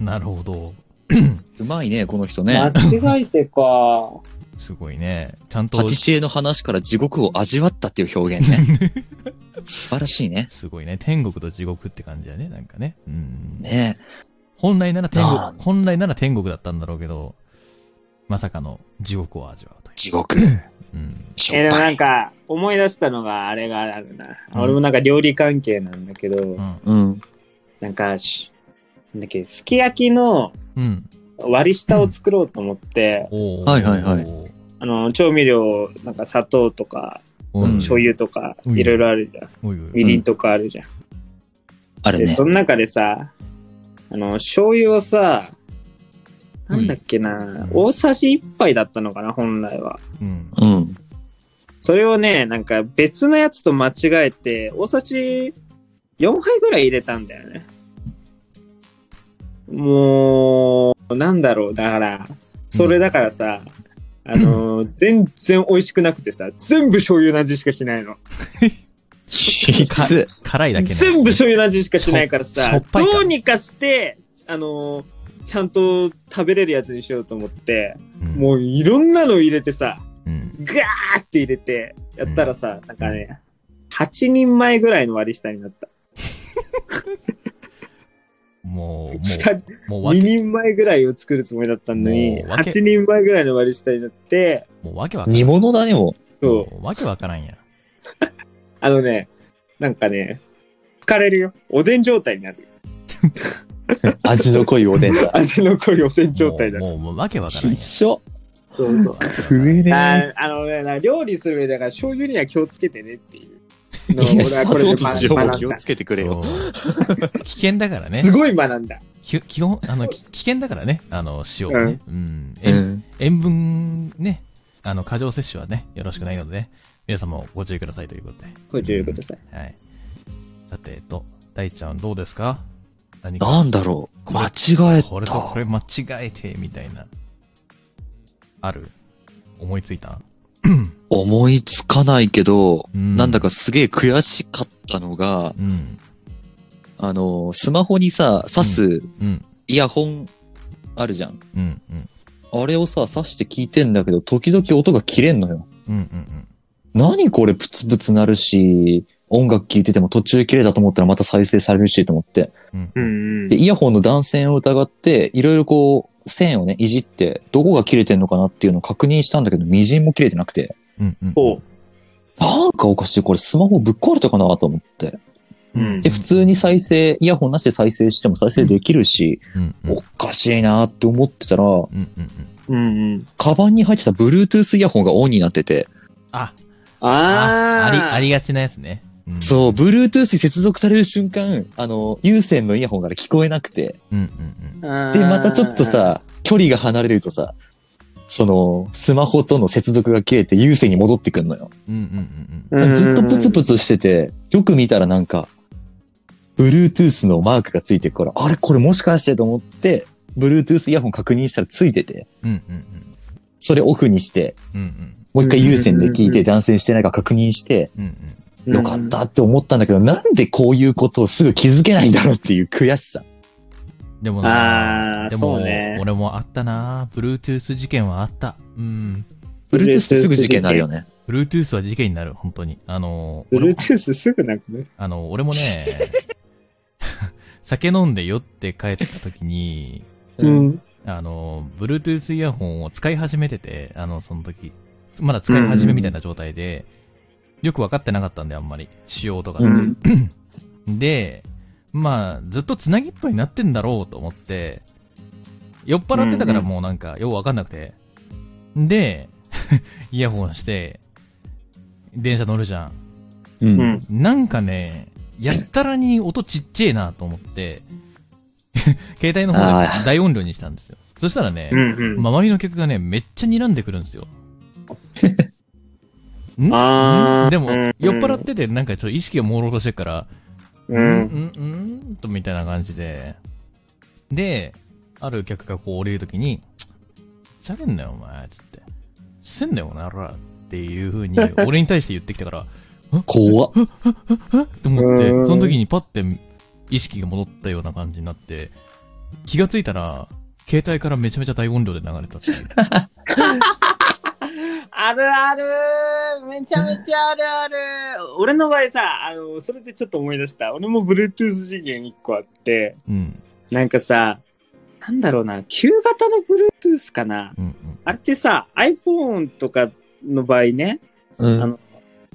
S1: なるほど。
S3: うまいね、この人ね。
S2: 間違えてか。
S1: すごいね。ちゃんと
S3: パ、ティシエの話から地獄を味わったっていう表現ね。素晴らしいね。
S1: すごいね。天国と地獄って感じだね。なんかね。うん。
S3: ね
S1: 本来なら天
S3: あ
S1: 国、本来なら天国だったんだろうけど、まさかの地獄を味わうとい
S3: 地
S1: う。
S3: 獄。
S1: うん。
S3: し
S2: えー、
S3: ょっ
S2: でも
S3: ぱ
S2: ないん。か、思い出したのがあれがあるな。
S1: うん
S2: 俺もなんか料理関係なんだけど、
S1: うん。
S3: うん。
S2: なんかし、なんだっけ、すき焼きの
S1: うん。
S2: 割り下を作ろうと思って、
S1: おー
S3: はいはいはい
S2: あの、調味料、なんか砂糖とか、
S1: おー
S3: うん
S2: 醤油とか、
S1: うん
S2: いろいろあるじゃん。
S1: おいおい
S2: みりんとかあるじゃん。
S3: あれ
S2: で、
S3: ね
S2: そ。の中でさ、あの、醤油をさ、なんだっけな、
S1: うん
S2: 大さじ1杯だったのかな、本来は。
S1: うん。
S3: うん。
S2: それをね、なんか別のやつと間違えて、大さじ4杯ぐらい入れたんだよね。もう、なんだろう、だから、それだからさ、あの、全然美味しくなくてさ、全部醤油の味しかしないの。
S3: きつ。
S1: 辛いだけね
S2: 全部醤油の味しかしないから
S1: しょ
S2: さ、
S1: っぱいか
S2: どうにかして、あの、ちゃんと食べれるやつにしようと思って、
S1: うん
S2: もういろんなの入れてさ、
S1: うん。
S2: ガーって入れて、やったらさ、なんかね、8人前ぐらいの割り下になった。
S1: もう、
S2: [laughs]
S1: も
S2: 2
S1: う、もうわけ、
S2: 人前ぐらいを作るつもりだったのに、
S1: もうわけ
S2: 8人前ぐらいの割り下になって、
S1: もうわけわかん
S3: [laughs] 煮物だね、も
S2: そう、
S1: もうわけわからんやん。
S2: あのね、なんかね、疲れるよ。おでん状態になる。
S3: う。味の濃いおでん
S2: [laughs]
S3: だ。
S2: 味の濃いおでん状態になる。
S1: もう、もうもうわけわからんやん
S3: 一。緒。
S2: そうそう。
S3: 食えねえ。
S2: ああのね、な料理する上でだから醤油には気をつけてねっていうのを。
S3: いや、砂糖と
S2: 学
S3: 塩
S2: 学ん
S3: も
S2: だ
S3: 気をつけてくれよ。
S1: そう危険だからね。
S2: すごい学んだ。
S1: 危き基本、あの、き危険だからね、あの、塩はね。うん。
S3: う
S1: 塩
S3: ん。
S1: 塩分ね、あの、過剰摂取はね、よろしくないのでね、皆さんもご注意くださいということで。
S2: ご注意ください。
S1: はい。さて、えっと、大ちゃんどうですか何か
S3: なんだろう。間違え
S1: これとこ
S3: た。
S1: れ間違えて、みたいな。ある思いついた
S3: 思いつかないけど、
S1: うん
S3: なんだかすげえ悔しかったのが、
S1: うん。
S3: あの、スマホにさ、挿す
S1: うん。
S3: イヤホンあるじゃん。
S1: うん。うん。
S3: あれをさ、挿して聞いてんだけど、時々音が切れんのよ。
S1: うん。うん。
S3: 何これプツプツなるし、音楽聴いてても途中切れたと思ったらまた再生されるしと思って。
S1: うん。
S2: う
S1: うん。
S2: ん、うん
S3: で、。イヤホンの断線を疑って、いろいろこう、線をね、いじって、どこが切れてんのかなっていうのを確認したんだけど、微塵も切れてなくて。
S1: うん。うん。
S2: ほ
S3: なんかおかしい、これスマホぶっ壊れたかなと思って。
S2: う。うん。
S3: で、普通に再生、イヤホンなしで再生しても再生できるし、
S1: うん。うん。
S3: おかしいなって思ってたら、
S1: うん。うん。
S2: うんうん。
S3: カバンに入ってた Bluetooth イヤホンがオンになってて、
S1: あ、あ、
S2: あ
S1: あ
S2: あ
S1: り、ありがちなやつね。ん
S3: そう、Bluetooth に接続される瞬間、あの、有線のイヤホンから聞こえなくて、
S1: うん。うん。
S2: あー
S3: で、またちょっと、さ、距離が離れるとさ、その、スマホとの接続が切れて有線に戻ってくんのよ。
S1: うん。うん。うん。うん。
S2: うん
S3: ずっとプツプツしてて、よく見たらなんか、Bluetooth のマークがついてるから、あれこれもしかしてと思って、Bluetooth イヤホン確認したらついてて、
S1: うん。うん。
S3: それオフにして、
S1: うん。うん。
S3: もう一回有線で聞い
S2: うんうんうんう
S3: て
S2: ん
S3: 断線してないか確認して、
S1: うん。うん。
S2: うん
S3: よかっ。たって思ったんだけど、なんでこういうことをすぐ気づけないんだろうっていう悔しさ。
S1: でもな
S2: あー
S1: で
S2: そ
S1: も
S2: うね
S1: 俺もあったな Bluetooth 事件はあった。うん。
S3: Bluetooth ってすぐ事件になるよね。
S1: Bluetooth は事件になる、本当に。あのー、俺も
S2: Bluetooth すぐなくね。
S1: あの、俺もね、酒飲んで酔って帰った時に、
S2: うん。
S1: あの、Bluetooth イヤホンを使い始めてて、あの、その時。まだ使い始めみたいな状態で、よく分かってなかったんで、あんまり。仕様とか。
S3: うん。
S1: で、まあ、ずっとつなぎっぱになってんだろうと思って、酔っ払ってたから
S2: うん
S1: もうなんか、ようわかんなくて。で、 [laughs] イヤホンして、電車乗るじゃん。
S3: う。
S2: うんん。
S1: なんかね、やったらに音ちっちゃいなと思って、 [laughs] 携帯の方
S3: あ
S1: で大音量にしたんですよ。そしたらね、
S2: うん。
S1: 周りの客がね、めっちゃ睨んでくるんですよ。ん
S2: あー
S1: んでも、
S2: うん
S1: 酔っ払ってて、なんかちょっと意識が朦朧としてるから、
S2: う。
S1: うんん、うん、うん、とみたいな感じで。で、ある客がこう降りるときに、ふざけんなよ、お前、つって。せんなよ、この野郎っていう風に、俺に対して言ってきたから、
S3: 怖っ。
S1: と思って、
S2: うん
S1: その時にパッて意識が戻ったような感じになって、気がついたら、携帯からめちゃめちゃ大音量で流れたっていう。
S2: あるあるめちゃめちゃあるある俺の場合さ、あの、それでちょっと思い出した。俺も Bluetooth 次元1個あって、
S1: うん、
S2: なんかさ、なんだろうな、旧型の Bluetooth かな。
S1: うん、
S2: あれってさ、iPhone とかの場合ね、
S3: うん
S2: あの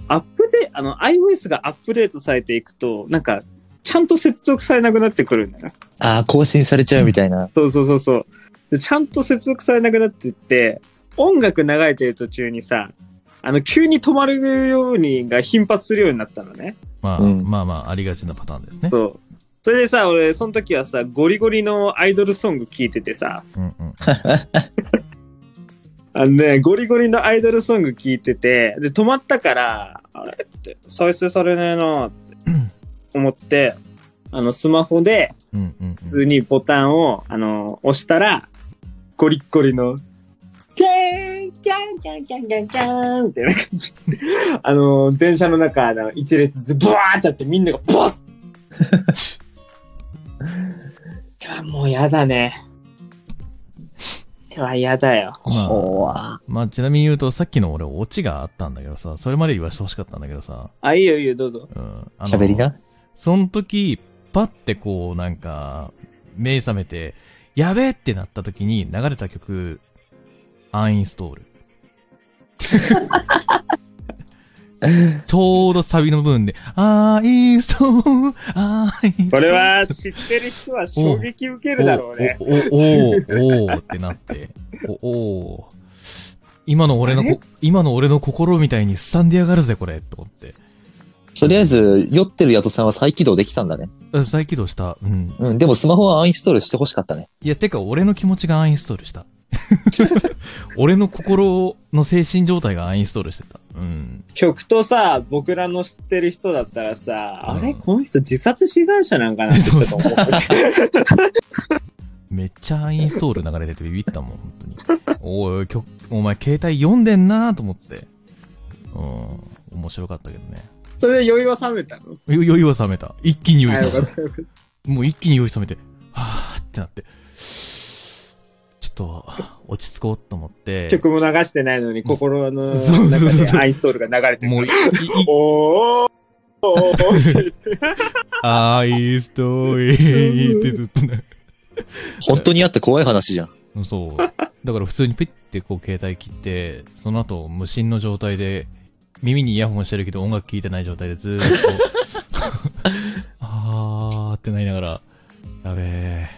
S2: アップデあの、iOS がアップデートされていくと、なんか、ちゃんと接続されなくなってくるんだよ。
S3: ああ、更新されちゃうみたいな。
S2: そうそうそうそう。でちゃんと接続されなくなってって、音楽流れてる途中にさ、あの、急に止まるようにが頻発するようになったのね。
S1: まあ、
S3: うん
S1: まあまあ、ありがちなパターンですね。
S2: そう。それでさ、俺、その時はさ、ゴリゴリのアイドルソング聞いててさ、
S1: うん、うん、
S2: あのね、ゴリゴリのアイドルソング聞いてて、で、止まったから、あれって、再生されねえなって思って、あの、スマホで、
S1: うん、うん。
S2: 普通にボタンを、あの、押したら、ゴリッゴリの、キャーンキャンキャンキャンキャンキャーンみたいな感じ。あの、電車の中、あの一列ずつブワーってやってみんながボスいや、もうやだね。いや、やだよ。
S1: まあ
S3: 怖っ。
S1: まあ、ちなみに言うと、さっきの俺、オチがあったんだけどさ、それまで言わしてほしかったんだけどさ、
S2: あ、いいよいいよ、どうぞ。
S1: うん。あの
S3: 喋りな。
S1: その時、パってこう、なんか、目覚めて、やべえってなった時に流れた曲、アンインストール。ちょうどサビの部分で、アンインストール、アンインストール。
S2: これは知ってる人は衝撃受けるだろうね。
S1: お、お、お、お、おーってなって、お、おー、今の俺のこ今の俺の心みたいにすさんでやがるぜ、これ、と思って。
S3: [laughs] とりあえず、酔ってるヤトさんは再起動できたんだね。
S1: うん再起動した。うん。
S3: うん、でもスマホはアンインストールしてほしかったね。
S1: いや、てか俺の気持ちがアンインストールした。俺の心の精神状態がアンインストールしてた。うん。
S2: 曲とさ、僕らの知ってる人だったらさ、
S1: うん
S2: あれこの人自殺志願者なんかなってちょっと思う。
S1: めっちゃアンインストール流れててビビったもん、本当に。おいおい、曲お前携帯読んでんなと思って。うん。面白かったけどね。
S2: [laughs] それで酔いは冷めたの
S1: よ酔いは冷めた。一気に酔い
S2: あ
S1: 冷
S2: よ
S1: め
S2: か
S1: た
S2: っ。たよかっ
S1: もう一気に酔い冷めて、はぁーってなって、ちょっと落ち着こうと思ったて、
S2: 曲も流してないのに心の
S1: そうそう
S2: 中
S1: そう
S2: で
S1: そう
S2: アインストールが流れて
S1: もう
S2: る
S1: い、。いい
S2: おーおー
S1: アイストーリーってずっとね。
S3: 本当にあった怖い話じゃん。
S1: そう。だから普通にピッてこう携帯切って、その後無心の状態で、耳にイヤホンしてるけど音楽聴いてない状態でずーっと、 [laughs] あーってなりながら、やべえ。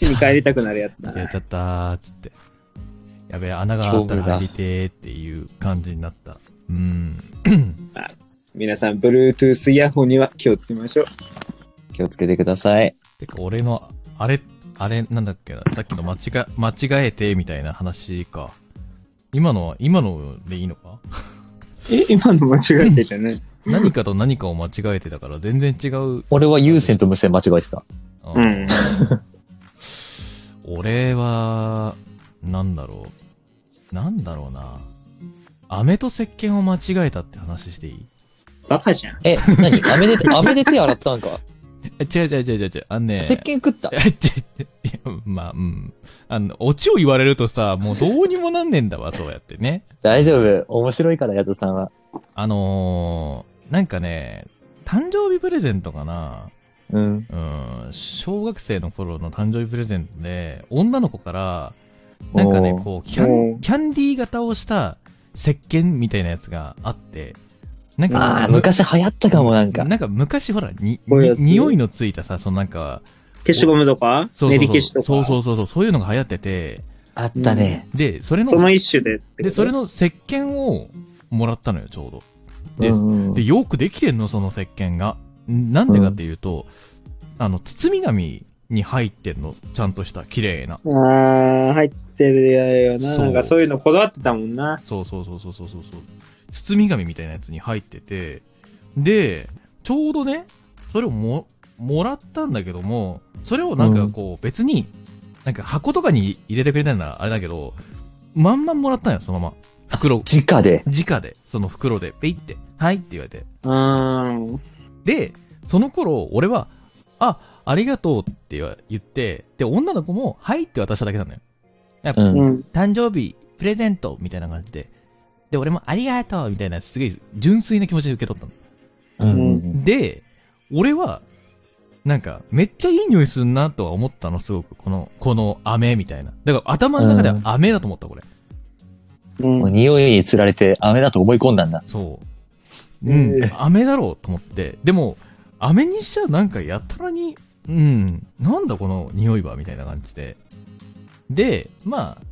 S2: 家に帰りたくなるやつだ
S1: や
S2: な
S1: っ。ちゃったーっつって。やべえ、穴があったら入りてーっていう感じになった。うん。
S2: 皆さん、Bluetooth イヤホンには気をつけましょう。
S3: 気をつけてください。
S1: てか、俺の、あれ、あれ、なんだっけな、さっきの間違、間違え [laughs] てみたいな話か。今のは、今のでいいのか
S2: え、今の間違えてじゃない
S1: 何かと何かを間違えてたから全然違う。
S3: 俺は有線と無線間違えてた。
S1: あ
S2: う
S1: ー
S2: ん。
S1: 俺は、なんだろう。なんだろうな。飴と石鹸を間違えたって話していい
S2: バカじゃん。
S3: え、何飴で手、 [laughs] 飴で手洗ったんか。
S1: え違う違う違う違う違う。あのね。
S3: 石鹸食った
S1: い。やち [laughs] いやまあ、うん。あの、オチを言われるとさ、もうどうにもなんねえんだ
S2: [laughs]
S1: わ、そうやってね。
S3: 大丈夫。面白いから、ヤトさんは。
S1: あのー、なんかね、誕生日プレゼントかな
S3: うん。
S1: うん、小学生の頃の誕生日プレゼントで、女の子から、なんかね
S3: お、ー
S1: こう、キャ
S2: お
S1: ン、
S2: ー
S1: キャンディー型をした石鹸みたいなやつがあって、なん
S3: あ
S1: か
S3: あ、、昔流行ったかも、なんか。
S1: なんか昔ほら、に、
S2: こういうや
S1: に
S2: つ
S1: 匂いのついたさ、そのなんか、
S2: 消しゴムとか
S1: そう
S2: 練
S1: そうそ
S2: り消
S1: う、
S2: しとか。
S1: そうそうそうそう、そういうのが流行ってて、
S3: あったね。
S1: で、それの
S2: その一種でってこと。
S1: で、それの石鹸をもらったのよ、ちょうど。で、
S3: うん
S1: でよくできてんの、その石鹸が。んなんでかっていうと、あの、包み紙に入ってんの、ちゃんとした、綺麗な。
S2: あー、入ってるやよな。
S1: そう
S2: なんかそういうのこだわってたもんな。
S1: そうそうそうそうそうそうそう。包み紙みたいなやつに入ってて、で、ちょうどね、それをも、もらったんだけども、それをなんかこう、別に、なんか箱とかに入れてくれたいならあれだけど、まんまんもらったんよ、そのまま。袋、
S3: 直で。
S1: 直で、その袋で、ペイって、はいって言われて。
S2: うーん。
S1: で、その頃、俺は、あ、ありがとうって言わ言って、で、女の子も、はいって渡しただけなのよ。
S3: うん。
S2: うん。
S1: 誕生日、プレゼントみたいな感じで。で、俺もありがとうみたいな、すげえ純粋な気持ちで受け取った
S3: うん。
S1: の。で、俺は、なんか、めっちゃいい匂いすんなとは思ったの、すごく。この、この飴みたいな。だから頭の中では飴だと思った、これ。
S2: うん
S3: もう匂いに釣られて、飴だと思い込んだんだ。
S1: そう。う
S2: え
S1: ん
S2: え、
S1: 飴だろうと思って。でも、飴にしちゃなんかやたらに、うん、なんだこの匂いは、みたいな感じで。で、まあ、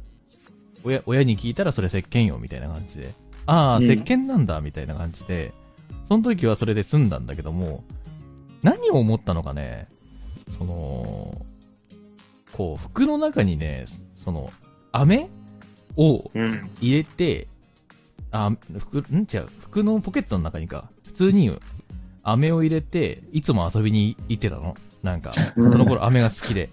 S1: 親、親に聞いたらそれ石鹸よ、みたいな感じで。ああ、
S2: うん
S1: 石鹸なんだ、みたいな感じで。その時はそれで済んだんだけども、何を思ったのかね、その、こう、服の中にね、その、飴を
S2: うん。
S1: 入れて、あ、服、ん違う、服のポケットの中にか、普通に飴を入れて、いつも遊びに行ってたの。なんか、そ
S2: うん
S1: の頃飴が好きで。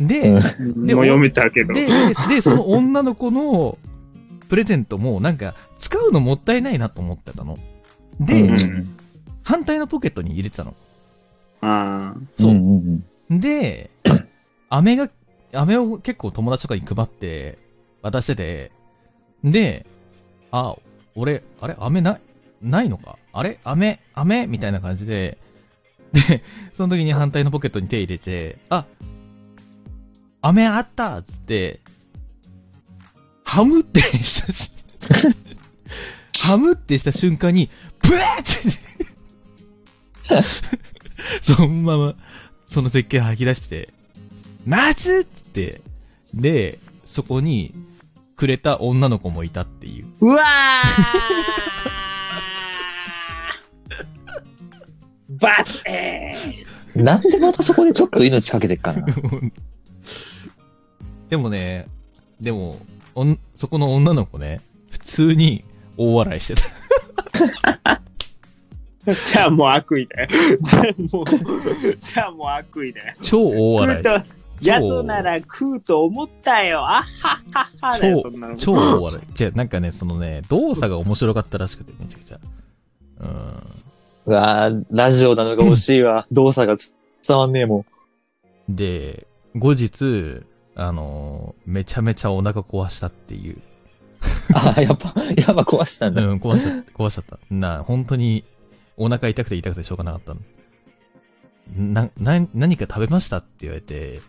S1: で、
S3: うん
S2: でもう読めたけど。
S1: で、で、でその女の子のプレゼントも、なんか、使うのもったいないなと思ってたの。で、
S3: うん
S1: 反対のポケットに入れてたの。
S2: あー
S1: そう。
S3: んんん
S1: で、飴が、飴を結構友達とかに配って、渡してて、で、あ、俺、あれ飴な、ないのかあれ飴、飴みたいな感じで、 [laughs] で、その時に反対のポケットに手入れて、あ、飴あったっつって、ハムってしたし、ハムってした瞬間に、ブエーって、そのまま、その石鹸吐き出して、まずっつって、で、そこに、くれた女の子もいたっていう。
S2: うわバツえー
S3: なんでまたそこでちょっと命かけてっか [laughs] な。
S1: [laughs] でもね、でも、おんそこの女の子ね、普通に大笑い
S2: [laughs]
S1: してた。
S2: じゃあもう悪意だよ。じゃあもう、じゃあもう悪意だよ。
S1: 超大
S2: 食
S1: 笑
S2: う
S1: い。
S2: と、やとなら食うと思ったよ。あっはっはっはだよ、そんなの。
S1: 超大笑い。じゃあなんかね、そのね、動作が面白かったらしくて、めちゃくちゃ。うん。
S3: うわーラジオなのが惜しい [laughs] わ。動作がつ伝わんねえもん。
S1: で、後日、あのーめちゃめちゃお腹壊したっていう。
S3: ああ、やっぱ、やっぱ壊したんだ。
S1: うん、壊しちゃった、壊しちゃった。な、本当に、お腹痛くて痛くてしょうがなかったの。な、な、何か食べましたって言われて、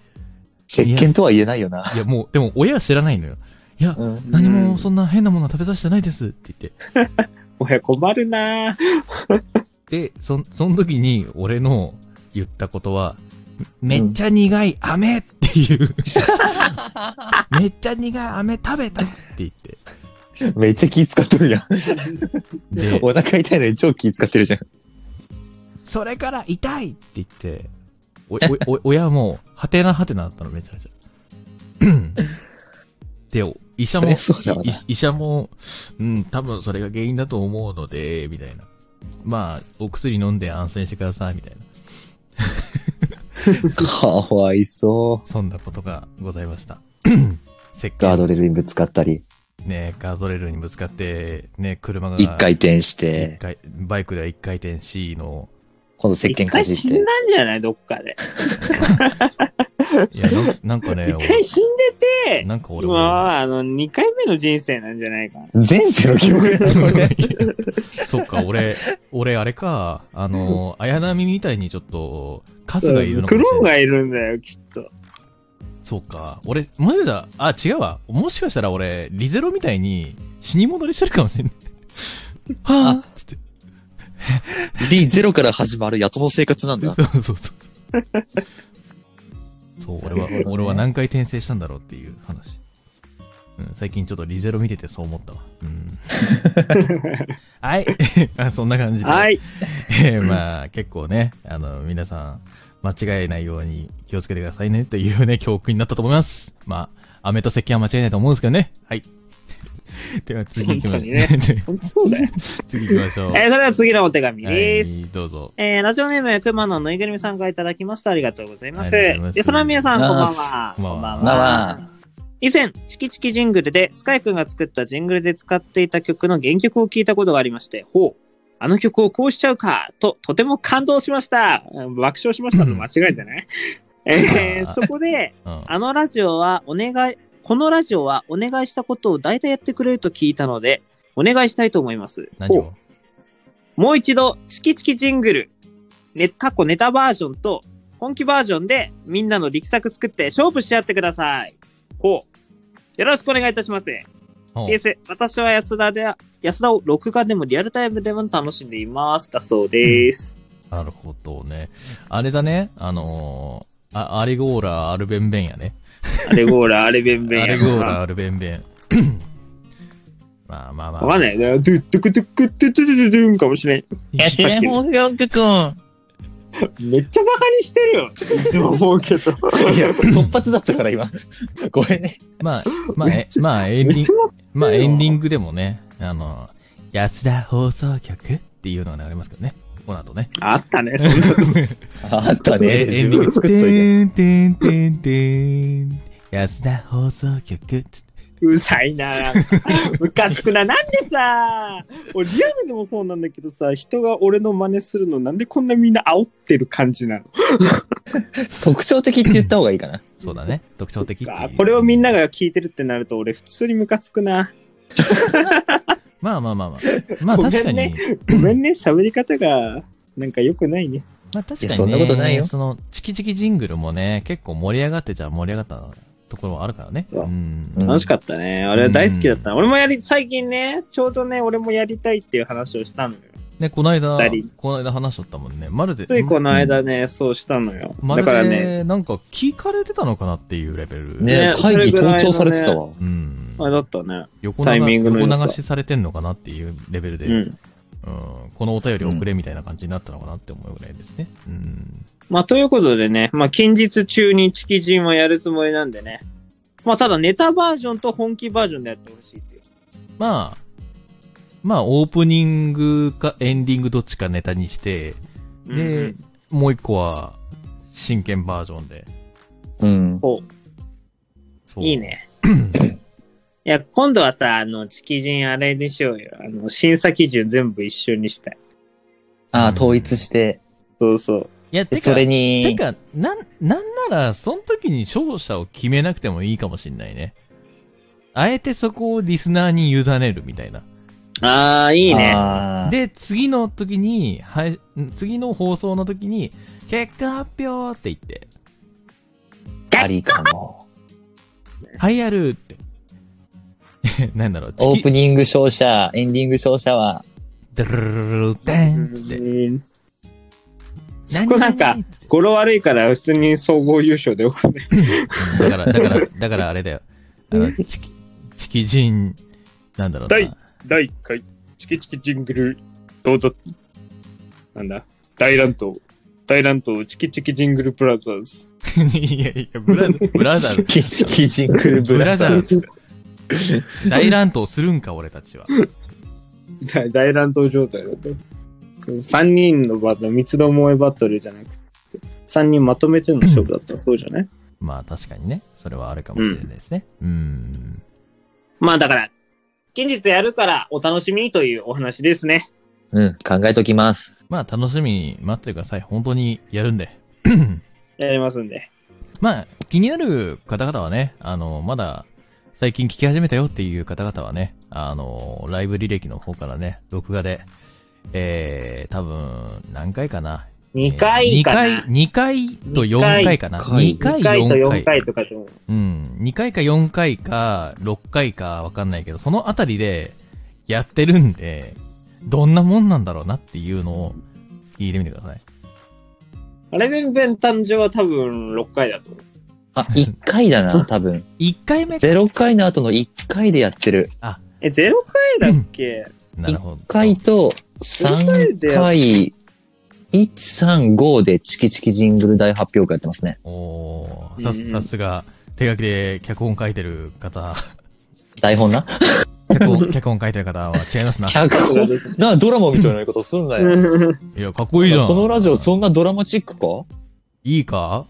S3: 石鹸とは言えないよな。
S1: いや、もう、でも親は知らないのよ。いや、
S3: うん。
S1: 何もそんな変なものは食べさせてないですって言っ
S2: 親困るなぁ
S1: て。で、そ、その時に俺の言ったことは、めっちゃ苦い飴って
S3: [laughs]
S1: いう。めっちゃ苦い飴食べたって言って。
S3: めっちゃ気使っとるやん。
S1: で、
S3: お腹痛いのに超気使ってるじゃん。
S1: それから痛いって言って、お、お、 [laughs] お、親はもう、はてなはてなだったの、めちゃめち [clears throat] ゃ。で、お医者も、
S3: そりゃそうだわない
S1: 医者も、うん、多分それが原因だと思うので、みたいな。まあ、お薬飲んで安静してください、みたいな。
S3: かわいそ
S1: そんなことがございま [clears throat] した。せっ
S3: う。ガ
S1: かく
S3: ードレールにぶつかったり、
S1: ね、ガードレールにぶつかって、ね、車が、
S3: 一回転し
S1: 一
S3: て、
S1: 回、バイクでは一回転 C の、
S3: 今度
S2: 一
S3: 石鹸
S2: 回
S3: かじ
S2: 死
S3: っ
S2: ん
S3: て。
S2: だんじゃないどっかで。
S1: いや、なんなんか [laughs] ね、
S2: 一回死んで
S1: 俺
S2: て、
S1: なんか俺
S2: 今
S1: も、
S2: はあの、二回目の人生なんじゃないかな。
S3: 前世の記憶だこ [laughs]
S1: [laughs]
S3: れ。
S1: そっか、俺、俺、あれか、あ
S2: [laughs]
S1: の、綾波みたいにちょっと、数がいるのか
S2: ク
S1: も
S2: ロ
S1: し
S2: ーン
S1: れない。
S2: がいるんだよ、きっと。
S1: そうか、俺、もしかしたら、あ、違うわ。もしかしたら俺、リゼロみたいに死に戻りしてるかもしれない。はぁつって。
S3: リゼロから始まる雇の生活なんだ。
S1: そうそうそう。そう、俺は、俺は何回転生したんだろうっていう話。うん、最近ちょっとリゼロ見ててそう思ったわ。
S2: [laughs]
S1: うん。はい。 [laughs] あそんな感じで。
S2: はい。
S1: えー [laughs] まあ、結構ね、あの、皆さん、間違えないように気をつけてくださいねというね、教訓になったと思います。まあ、飴と石鹸は間違いないと思うんですけどね。はい。 [laughs] では次行きましょ
S2: 本
S1: う。
S2: 当にね本当そうだよ。
S1: [laughs] 次行きましょう。
S2: えーそれでは次のお手紙です。
S1: はい、どうぞ。
S2: えーラジオネーム、くまのぬいぐるみさんからいただきました。ありがとうございます。
S1: ありがとうございます
S2: で、そらみやさん、こんばんは。
S1: こんばんは
S3: こんばんは
S2: 以前、チキチキジングルで、スカイくんが作ったジングルで使っていた曲の原曲を聞いたことがありまして、ほう、あの曲をこうしちゃうか、と、とても感動しました。うん爆笑しましたの間違いじゃない
S1: [laughs]
S2: えー
S1: あー
S2: そこで、
S1: うん。
S2: あのラジオはお願い、このラジオはお願いしたことを大体やってくれると聞いたので、お願いしたいと思います。
S1: 何
S2: ほ
S1: を
S2: うもう一度、チキチキジングル、ね、かっこネタバージョンと、本気バージョンで、みんなの力作作って勝負し合ってください。ほう。よろしくお願いいたします。
S1: ほう
S2: PS、私は安田で、安田を録画でもリアルタイムでも楽しんでいます。だそうです。
S1: なるほどね。あれだね、あのーあ、アレゴーラ、アルベンベンやね。
S2: あれゴーラ、あれベンベン
S1: ア
S2: や
S1: レ
S2: な
S1: ゴーラ、アルベンベン。 [coughs] まあまあまあ。
S2: わかんない。ドゥッドゥクドゥクドゥドゥドゥドゥンかもしれん。
S6: 安田放送局。
S2: めっちゃバカにしてるよ。いつも思うけ
S1: [laughs]
S2: ど。
S3: いや、突発だったから今。 [laughs] ごめんね。
S1: まあ、まあ、えまあ、エン
S2: め
S1: ディング
S2: っちゃ。
S1: まあエンディングでもね、あの、安田放送局っていうのが流れますけどね。この後ね。
S2: あったね、そんな。
S3: あったね。
S1: エ
S3: 自
S1: ンディン
S3: 分
S1: グ
S3: で作っとい
S1: て
S3: て。
S1: んてんてんてん。安田放送局つって。
S2: うざ
S1: [laughs]
S2: いな。むかつくな。なんでさ、俺リアルでもそうなんだけどさ、人が俺の真似するの、なんでこんなみんな煽ってる感じなの
S3: 特徴的って言った方がいいかな。
S1: そうだね。特徴的って
S2: か
S1: いう
S2: これをみんな。が聞いてるってなると、俺普通にムカつくな。
S1: まあまあまあまあ。まあ
S2: ごめんね
S1: 確かに、
S2: ごめんね、喋り方が、なんか良くないね。
S1: まあ確かに、
S3: い
S1: ね、
S3: やそんなことないよ
S1: その、チキチキジングルもね、結構盛り上がってじゃあ盛り上がったところもあるからね。
S2: う
S1: うん。
S3: うん
S2: 楽しかったね。俺は大好きだった。俺もやり、最近ね、ちょうどね、俺もやりたいっていう話をしたのよ。
S1: ね、この間
S2: 二人、
S1: この間話しとったもんね。まるで。
S2: ついこの間ね、そうしたのよ。
S1: ま
S2: だ
S1: る
S2: から
S1: で、
S2: ね、
S1: なんか聞かれてたのかなっていうレベル。
S3: ね
S2: ね
S3: 会議盗聴されてたわ。
S1: うん。
S2: あれだったね。
S1: 横
S2: タイ
S1: 流
S2: ミングの良さ
S1: 横流しされてんのかなっていうレベルで、
S2: うん。
S1: うん、このお便り送れみたいな感じになったのかなって思うぐらいですね。うん。
S2: まあ、ということでね、まあ、近日中にチキジンはやるつもりなんでね。まあ、ただネタバージョンと本気バージョンでやってほしいっていう。
S1: まあ、まあ、オープニングかエンディングどっちかネタにして、
S2: うんう
S1: で
S2: ん、
S1: もう一個は、真剣バージョンで。
S3: うん。
S2: ほ
S1: そう
S2: う、いい。ね。いや、今度はさ、あの、チキジンあれでしょうよ。あの、審査基準全部一緒にしたい。
S3: ああ、統一して、
S2: そうそう。
S1: いや、て
S3: で
S1: か、
S3: それ
S1: て
S3: に、
S1: か、なん、なんなら、その時に勝者を決めなくてもいいかもしんないね。あえてそこをリスナーに委ねるみたいな。
S2: ああ、いいね。
S3: あー
S1: で、次の時に、はい、ん次の放送の時に、結果発表って言って、
S3: ありかも。
S1: はい、やるって。 [laughs] なんだろう、
S3: オープ
S1: ン。
S3: ニング勝者、エンディング勝者は、
S1: ドゥルルルルルデンっつって。
S2: うんそこなんか、語呂悪いから普通に総合優勝でよくね。
S1: だから、だから、 [laughs] だからあれだよ。あの、チキ、チキジン、なんだろう
S2: 第
S1: な。
S2: 第1回、チキチキジングル、どうぞ。なんだ、大乱闘。大乱闘、チキチキジングルブラザーズ。
S1: [laughs] いやいや、ブラザー、ブラザ
S3: チ [laughs]
S1: ー、
S3: キチキジングル [laughs] ブ
S1: ブ
S3: ラ
S1: ラ
S3: ザ
S1: ザ
S3: ー
S1: ー
S3: ズ。
S1: ズ。大乱闘するんか、俺たちは。
S2: 大 [laughs] 大乱闘状態だと。3人のバトル、三つどもえバトルじゃなくて、3人まとめての勝負だったらそうじゃない
S1: まあ確かにね、それはあるかもしれないですね。うーん。
S2: まあだから、近日やるからお楽しみにというお話ですね。
S3: うん、考えときます。
S1: まあ楽しみに待ってください。本当にやるんで。
S2: やりますんで。
S1: まあ気になる方々はね、あの、まだ最近聞き始めたよっていう方々はね、あの、ライブ履歴の方からね、録画で、えー、多分何回かな。
S2: 2回かな。
S1: 2回、2回と4回かな。
S3: 二
S1: 2
S3: 回
S1: 回、
S2: 2回と4
S1: 4回
S2: 回。とかと思う。
S1: うん。2回か4回か6回かわかんないけど、そのあたりでやってるんで、どんなもんなんだろうなっていうのを聞いてみてください。
S2: あれ弁弁誕生は多分6回だと思う。
S3: あ、1回だな、多分。
S1: 1回目か。
S3: 0回の後の1回でやってる。
S2: え、0回だっけ
S1: なるほど。
S3: 1回と3回、1、3、5でチキチキジングル大発表会やってますね。
S1: おー
S2: うんうん
S1: さ、さすが、手書きで脚本書いてる方、 [laughs]
S3: 台本な。
S1: 脚本、脚本書いてる方は違いますな。
S3: 脚 [laughs] 本。な、ドラマみたいなことすんなよ。
S2: [laughs]
S1: いや、かっこいいじゃん。
S3: このラジオそんなドラマチックか
S1: いいか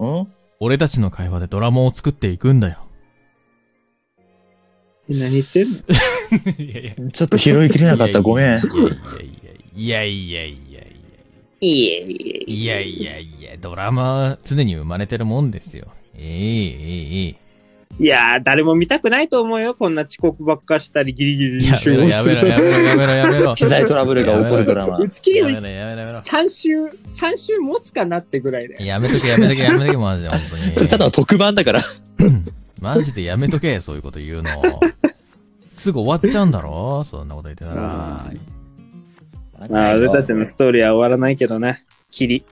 S3: うん
S1: 俺たちの会話でドラマを作っていくんだよ。
S2: 何言ってんの
S1: いやいや。
S3: ちょっと拾いきれなかった。ごめん。
S1: いやいやいやいやいやいやいやいや。
S2: いえいえい
S1: いやいやいや、ドラマは常に生まれてるもんですよ。ええええ
S2: え。いやー、誰も見たくないと思うよ。こんな遅刻ばっかしたりギリギリ
S1: ええ。
S2: に
S1: や
S2: 集
S1: めろ
S2: 合
S1: や
S2: す
S1: めろ
S2: る。
S1: やめろやめろやめろ。
S3: 機材トラブルが起こるドラマ
S2: 打。ち切り
S1: や
S2: を
S1: めろやめろやめろ。
S2: 3週、3週持つかなってぐらいで。
S1: やめとけやめとけやめとけマジで本当に。
S3: それただの特番だから。
S1: マジでやめとけそういうこと言う
S3: [laughs]
S1: の。すぐ終わっちゃうんだろそんなこと言ってたら。
S2: まあ、俺たちのストーリーは終わらないけどね。キリ。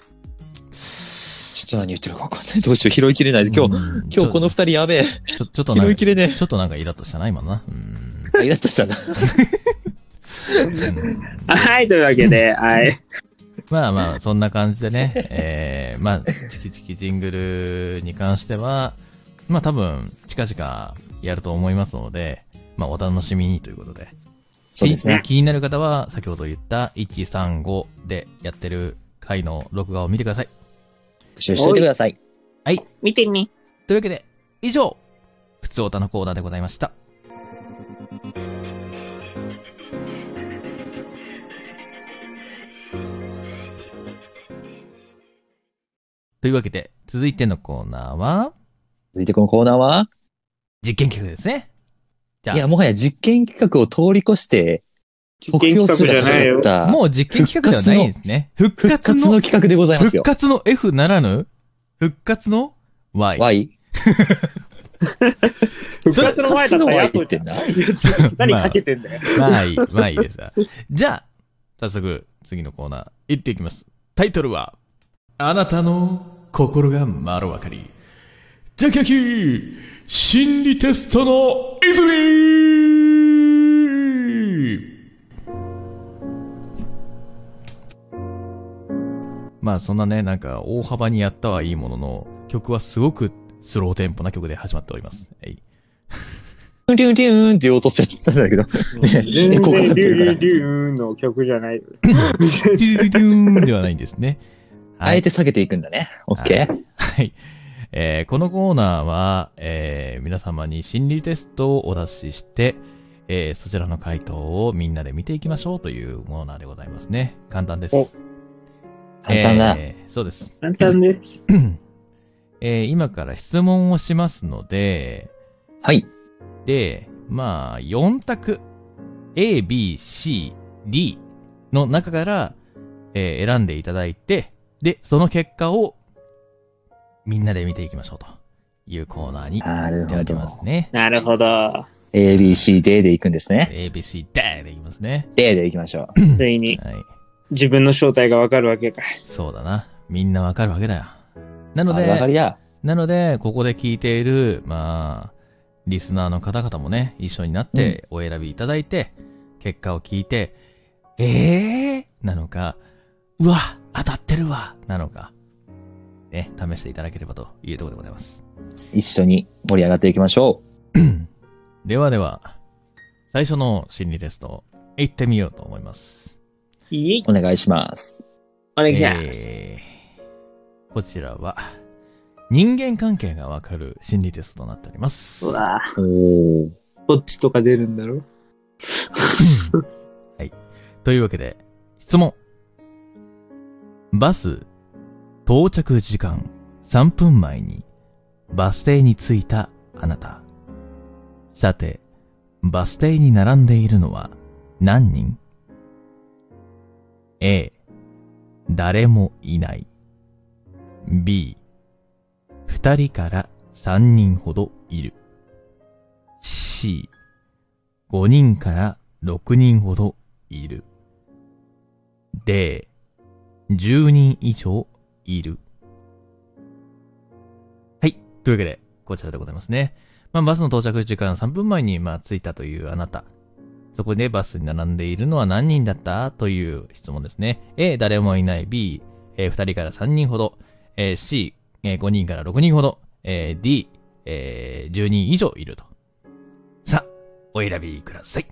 S3: ちょっと何言ってるかわかんない。どうしよう。拾いきれない。今日、
S1: うん
S3: 今日この二人やべえ。
S1: ちょちょっとなん
S3: 拾
S1: か
S3: いきれね
S1: ちょっとなんかイラッとしたな、今のな。
S3: [laughs]
S1: うん
S3: え。イラッとしたな。
S1: うん
S2: はい、というわけで、はい。
S1: まあまあ、そんな感じでね、えー、まあ、チキチキジングルに関しては、まあ多分、近々やると思いますので、まあお楽しみにということで。
S3: そうですね。
S1: 気気になる方は、先ほど言った135でやってる回の録画を見てください。
S3: 復習しておいてください。
S2: 見てみ。
S1: というわけで、以上、普通おたのコーナーでございました。というわけで、続いてのコーナーは、
S3: 続いてこのコーナーは
S1: 実験企画ですね。じゃ
S3: いや、
S1: あ、
S3: もはや実験企画を通り越して、得票数が高かった。
S1: もう実験企画ではないんですね。復
S3: 復
S1: 活
S3: 活
S1: の
S3: の、企画でございます
S1: 復
S3: よ。
S1: 活の F ならぬ、復活の Y。
S3: Y?
S2: 復活の前だったらやっと
S3: 復活の Y ってない
S2: 何かけてんだよ。
S1: [laughs] まあいい、まあいいですわ。じゃあ、早速、次のコーナー、行っていきます。タイトルは、あなたの心がまろわかり、ジャキャキ心理テストの泉まあそんなね、なんか大幅にやったはいいものの、曲はすごくスローテンポな曲で始まっております。はい。
S3: ンリュンリュンって言おうとしてたんだけど。
S2: 全然
S3: [laughs] エコーかかって
S2: リュ
S3: るから
S2: ウリュウの曲じゃない。
S1: ドゥドゥドゥーンではないんですね。
S3: あえて下げていくんだね。オッケー。
S1: はい。えーこのコーナーは、えー皆様に心理テストをお出しして、えーそちらの回答をみんなで見ていきましょうというコーナーでございますね。簡単です
S2: お。
S3: 簡単だ。
S1: えーそうです。
S2: 簡単です。
S1: えー今から質問をしますので、
S3: はい。
S1: で、まあ、4択。A, B, C, D の中から、えー選んでいただいて、で、その結果をみんなで見ていきましょうというコーナーに
S3: な
S1: な
S3: る
S1: ってお
S3: ほ
S1: ります
S3: ど。
S1: ね。
S2: なるほど。
S3: A, B, C, D で行くんですね。
S1: A, B, C, D でいきますね。
S3: D で行きましょ
S2: ついに
S1: はい。
S2: 自分の正体がわかるわけか。
S1: そうだな。みんなわかるわけだよ。な
S3: う。
S1: の
S3: あわか
S1: で、
S3: りや。
S1: なので、ここで聞いている、まあ、リスナーの方々もね、一緒になってお選びいただいて、結果を聞いて、ええー、なのか、うわ、当たってるわ、なのか、ね、試していただければというところでございます。
S3: 一緒に盛り上がっていきましょ。
S1: ではでは、最初の心理テスト、行ってみようと思います。
S2: いいう
S3: お願いします。
S2: お願いします。
S1: えーこちらは、人間関係がわかる心理テストとなっております。
S2: うわ
S3: おー。
S2: どっちとか出るんだろう
S1: はい。というわけで、質問。バス、到着時間3分前に、バス停に着いたあなた。さて、バス停に並んでいるのは何人 ?A、誰もいない。B、二人から三人ほどいる。C、5人から6人ほどいる。で、10人以上いる。はい。というわけで、こちらでございますね。まあ、バスの到着時間3分前に、まあ、着いたというあなた。そこでバスに並んでいるのは何人だったという質問ですね。A、誰もいない。B、えー2人から3人ほど。えー C、えー5人から6人ほど。えー D、えー10人以上いると。さあ、お選びください。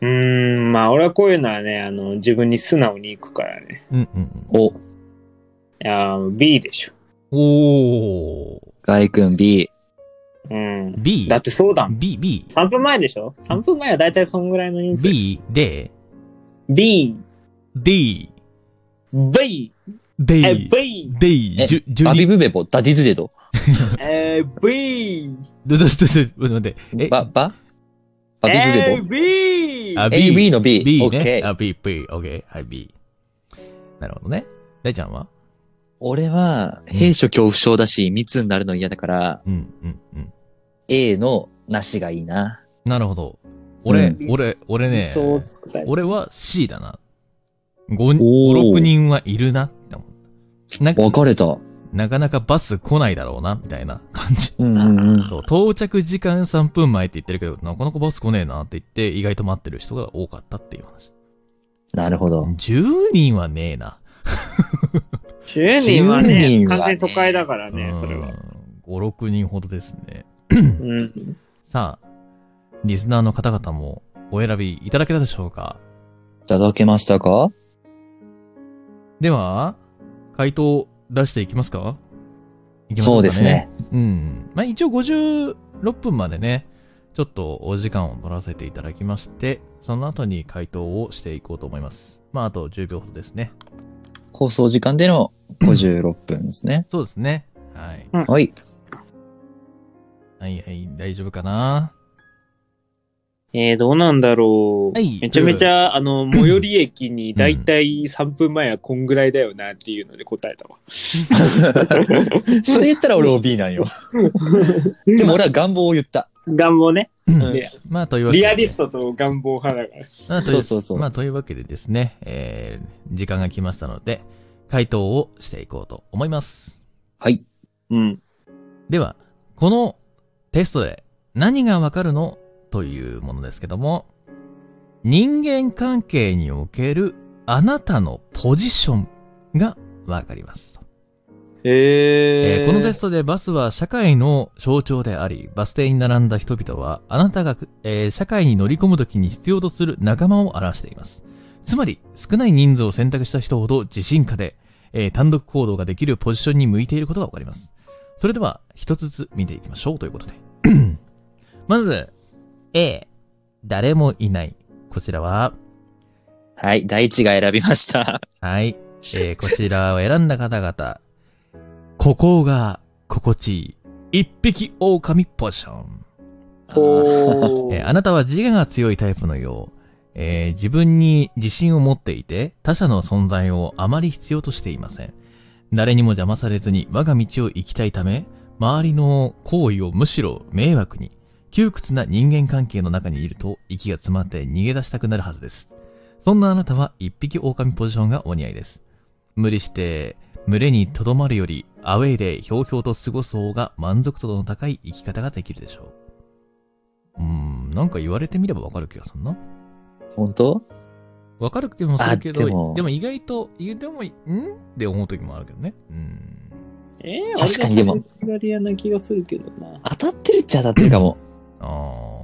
S2: うーん、まあ俺はこういうのはね、あの、自分に素直に行くからね。
S1: うんうんうん。
S3: お、
S2: いやー、B でしょ。
S1: おー。
S3: ガイ君 B。
S2: うん。
S1: B?
S2: だってそうだもん。
S1: B、B、
S2: 3分前でしょ ?3 分前はだいたいそんぐらいの人数。
S1: B、D、
S2: B、
S1: D、
S2: B、え、
S1: D、
S2: B、
S1: D、
S3: え
S1: じゅ、じゅ
S3: バビ
S1: に、
S3: ブベボ、ダディズデド。
S2: えー、B、
S1: ど、ど、ど、ど、待って、え、
S3: バ、ババビ
S2: え
S3: ブ
S2: ー、B!
S1: あ、
S3: ベボ。A, B
S1: B、
S3: の B。
S1: B
S3: オッケ
S1: ね。
S3: ー。
S1: あ、B、B、オッケー、はい、B。なるほどね。大ちゃんは
S3: 俺は、兵所恐怖症だし、密になるの嫌だから、
S1: うん、うん、うん。
S3: A のなしがいいな。
S1: なるほど。俺、
S2: うん
S1: 俺、俺ね、
S2: そうつくタイプ
S1: 俺は C だな。5、
S3: おー
S1: 5、6人はいるなって思う。なんか、
S3: 分かれた。
S1: なかなかバス来ないだろうな、みたいな感じ。
S3: うんうんうん。
S1: そう、到着時間3分前って言ってるけど、なかなかバス来ねえなって言って、意外と待ってる人が多かったっていう話。
S3: なるほど。
S1: 10人はねえな。
S2: 10人は
S3: 10
S2: ね、
S3: 人はね
S2: 完全に都会だからね、
S1: うん
S2: それは。。
S1: 5、6人ほどですね。
S2: うん。
S1: さあ、リスナーの方々もお選びいただけたでしょうか
S3: いただけましたか
S1: では、回答出していきますかいきましょ
S3: そう
S1: か
S3: ですね。。
S1: うん。まあ、一応56分までね、ちょっとお時間を取らせていただきまして、その後に回答をしていこうと思います。まあ、あと10秒ほどですね。
S3: 放送時間での56分ですね。
S1: そうですね。はい。
S3: はい。 [laughs]
S1: はいはい、大丈夫かな
S2: えー、どうなんだろう。
S1: はい
S2: めちゃめちゃ、あの、最寄り駅にだいたい3分前はこんぐらいだよなっていうので答えたわ。
S3: それ言ったら俺も B な
S1: [laughs]
S3: んよ。でも俺は願望を言った。
S2: 願望ね。
S3: うん
S2: で
S1: まあ、というわけで。
S2: リアリストと願望派だから。
S1: まあとい
S3: そうそうそう
S1: まあ、というわけでですね、えー、時間が来ましたので、回答をしていこうと思います。
S3: はい。
S2: うん。
S1: では、このテストで何がわかるのというものですけども、人間関係におけるあなたのポジションがわかりますと。え
S2: え
S1: ーこのテストでバスは社会の象徴であり、バス停に並んだ人々は、あなたが、えー社会に乗り込むときに必要とする仲間を表しています。つまり、少ない人数を選択した人ほど自信家で、えー単独行動ができるポジションに向いていることがわかります。それでは、一つずつ見ていきましょうということで。まず、A、誰もいない。こちらは、
S3: はい、第一が選びました。
S1: はい。えーこちらを選んだ方々。ここが心地いい。一匹狼ポジション。
S2: お
S1: えーあなたは自我が強いタイプのよう。えー自分に自信を持っていて、他者の存在をあまり必要としていません。誰にも邪魔されずに我が道を行きたいため、周りの行為をむしろ迷惑に、窮屈な人間関係の中にいると息が詰まって逃げ出したくなるはずです。そんなあなたは一匹狼ポジションがお似合いです。無理して、群れに留まるより、アウェイでひょうひょうと過ごす方が満足度の高い生き方ができるでしょう。うーん、なんか言われてみればわかる気がするな。
S3: 本当
S1: わかる気もするけど、
S3: あ
S1: で
S3: で
S1: も
S3: も
S1: 意外と、いでも、んって思う時もあるけどね。うん。
S2: えー
S3: 確かにでも。
S2: 左嫌な気がするけどな。
S3: 当たってるっちゃ当たってるかも。
S1: あー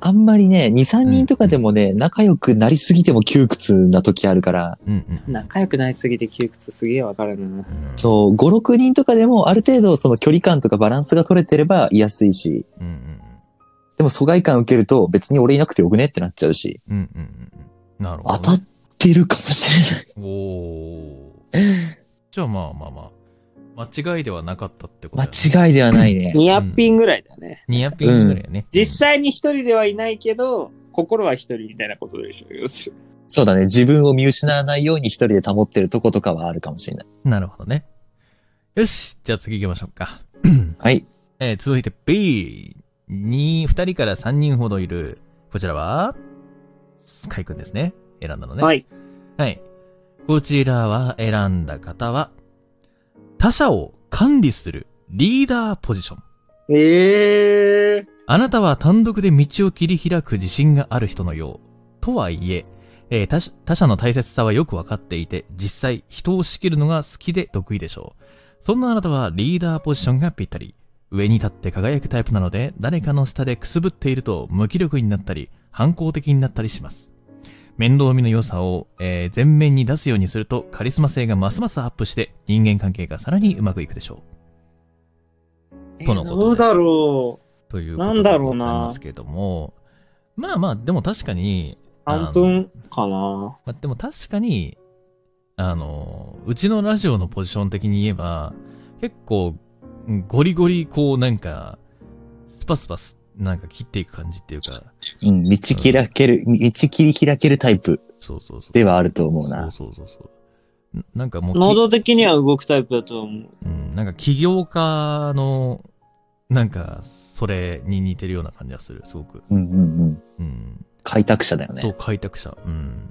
S3: あんまりね、2、3人とかでもね、仲良くなりすぎても窮屈な時あるから、
S1: うんうん。
S2: 仲良くなりすぎて窮屈すげえわかるな。
S1: うん
S3: そう、5、6人とかでもある程度その距離感とかバランスが取れてれば居やすいし、
S1: うんうん
S3: でも疎外感受けると別に俺いなくてよくねってなっちゃうし、
S1: うん。うんうんうんうん。なるほど
S3: 当
S1: ね、
S3: たってるかもしれない。
S1: おお。じゃあまあまあまあ。間違いではなかったってことだね、
S3: [laughs] 間違いではないね。
S2: ニアピンぐらいだね。
S1: ニアピンぐらいやね。
S2: 実際に一人ではいないけど、心は一人みたいなことでしょ。要するに。
S3: そうだね。自分を見失わないように一人で保ってるとことかはあるかもしれない。
S1: うんなるほどね。よし。じゃあ次行きましょうか。
S3: はい。
S1: えー続いて B に、二人から三人ほどいる、こちらは、スカイくんですね。選んだのね。。
S2: はいい。
S1: はい。こちらは選んだ方は、他者を管理するリーダーポジション。
S2: ええ
S1: あなたは単独で道を切り開く自信がある人のよう。とはいえ、えー他者他者の大切さはよくわかっていて、実際人を仕切るのが好きで得意でしょう。そんなあなたはリーダーポジションがぴったり。上に立って輝くタイプなので、誰かの下でくすぶっていると無気力になったり、反抗的になったりします。面倒見の良さを、えー前面に出すようにするとカリスマ性がますますアップして、人間関係がさらにうまくいくでしょう。とのこと
S2: ど
S1: で
S2: う
S1: す
S2: だろう。
S1: ということ
S2: なん
S1: で
S2: だ
S1: ござ
S2: ろう
S1: い
S2: な
S1: ますけども、まあまあ、でも確かに、
S2: 半分かな。
S1: まあ、でも確かに、あの、うちのラジオのポジション的に言えば、結構、うんゴリゴリ、こう、なんか、スパスパス、なんか切っていく感じっていうか、
S3: うん。道開ける、道切り開けるタイプ
S1: そうそうそう。
S3: ではあると思うな。
S1: そうそうそうそう。ななんかもうき、
S2: 能動的には動くタイプだと思う。
S1: うん、なんか起業家の、なんか、それに似てるような感じがする、すごく。
S3: うんうんうん。
S1: うん。
S3: 開拓者だよ
S1: そ
S3: ね。
S1: う、開拓者。うん。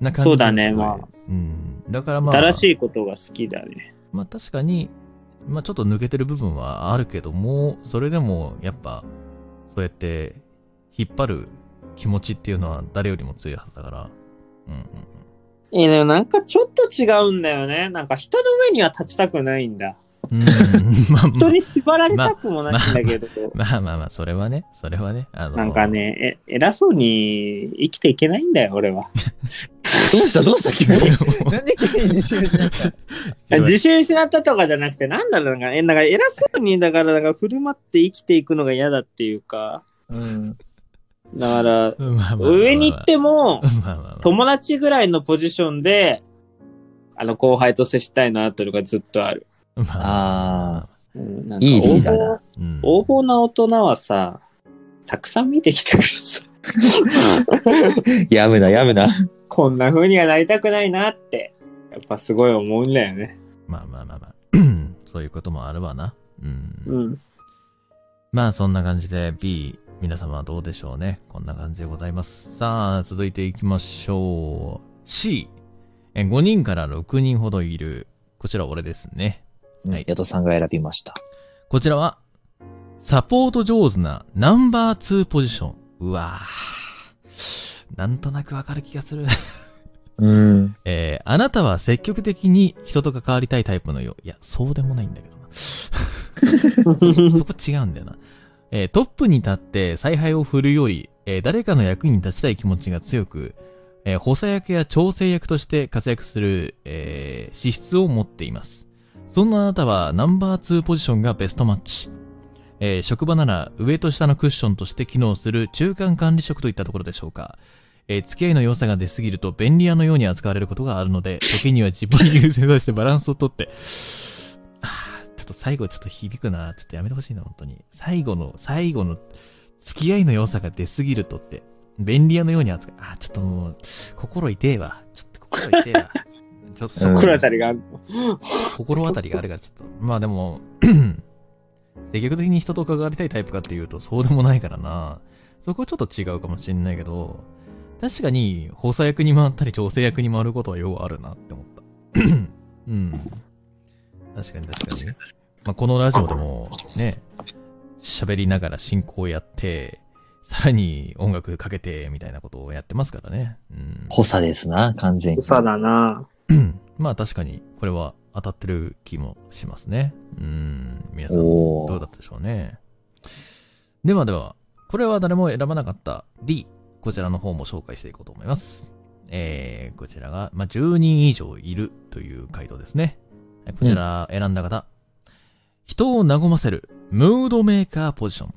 S1: な感じ
S2: そうだね
S1: すごい
S2: まあ。
S1: うん。だからまあ、
S2: 新しいことが好きだね。
S1: まあ確かに、まあちょっと抜けてる部分はあるけども、それでもやっぱ、そうやって引っ張る気持ちっていうのは誰よりも強いはずだから。うんうんうん。
S2: いや、でもなんかちょっと違うんだよね。なんか人の上には立ちたくないんだ。
S1: うん、まあま
S2: 人に縛られたくもないんだけど。
S1: あ、 [laughs] まあまあまあ、それはね、それはね、あの、
S2: なんか
S1: [laughs]
S2: ね、え、偉そうに生きていけないんだよ、俺は。
S3: どうしたどうした急に。 [laughs] なんで急に自信失った
S2: 自信失ったとかじゃなくて、なんだろうなんか、え、なんか偉そうに、だから、なんか振る舞って生きていくのが嫌だっていうか、
S3: うん。
S2: だから、
S1: うんまあまあまあまあ
S2: 上に行って
S1: ま
S2: も、
S1: あまあまあ
S2: 友達ぐらいのポジションで、あの、後輩と接したいな、というのがずっとある。
S1: まあまあまあ
S3: あ
S2: うんなん
S3: あ、
S2: か
S3: いいリーダーだ。
S1: うん
S2: 横暴。横暴な大人はさ、たくさん見てきたからさ、
S3: やむな、やむな。
S2: こんな風にはなりたくないなって、やっぱすごい思うんだよね。
S1: まあまあまあま [clears throat] あ。そういうこともあるわな。うん
S2: うん。
S1: まあそんな感じで B、皆様はどうでしょうね。こんな感じでございます。さあ、続いていきましょう。C、え5人から6人ほどいる。こちら俺ですね。
S3: はい。ヤトさんが選びました。
S1: こちらは、サポート上手なナンバー2ポジション。うわぁ。なんとなくわかる気がする。
S3: うん。
S1: えーあなたは積極的に人と関わりたいタイプのよう。いや、そうでもないんだけどな。 [laughs] そこ違うんだよな。えートップに立って采配を振るより、えー誰かの役に立ちたい気持ちが強く、えー補佐役や調整役として活躍する、えー資質を持っています。そんなあなたはナンバー2ポジションがベストマッチ。えー職場なら上と下のクッションとして機能する中間管理職といったところでしょうか。えー付き合いの良さが出すぎると便利屋のように扱われることがあるの [laughs] で、時には自分優先としてバランスをとって、あーちょっと最後ちょっと響くな。ちょっとやめてほしいな、本当に。最後の、最後の、付き合いの良さが出すぎるとって、便利屋のように扱う。あー、ちょっともう、心痛えわ。ちょっと心痛えわ。ちょっとそこ
S2: 心当たりがある。
S1: 心当たりがあるからちょっと。まあでも、 [clears throat] 積極的に人と関わりたいタイプかっていうとそうでもないからな。そこはちょっと違うかもしれないけど、確かに補佐役に回ったり調整役に回ることはようあるなって思った。 [clears throat] うん。確かに確かに。まあ、このラジオでもね、喋りながら進行やって、さらに音楽かけてみたいなことをやってますからね。うん。
S3: 補佐ですな、完全に。
S2: さだな。
S1: まあ確かに、これは当たってる気もしますね。うん、皆さん、
S3: お
S1: どう
S3: ー
S1: だったでしょうね。ではでは、これは誰も選ばなかった D、こちらの方も紹介していこうと思います。えー、こちらが、まあ、10人以上いるという回答ですね。こちら選んだ方、人を和ませる、ムードメーカーポジション。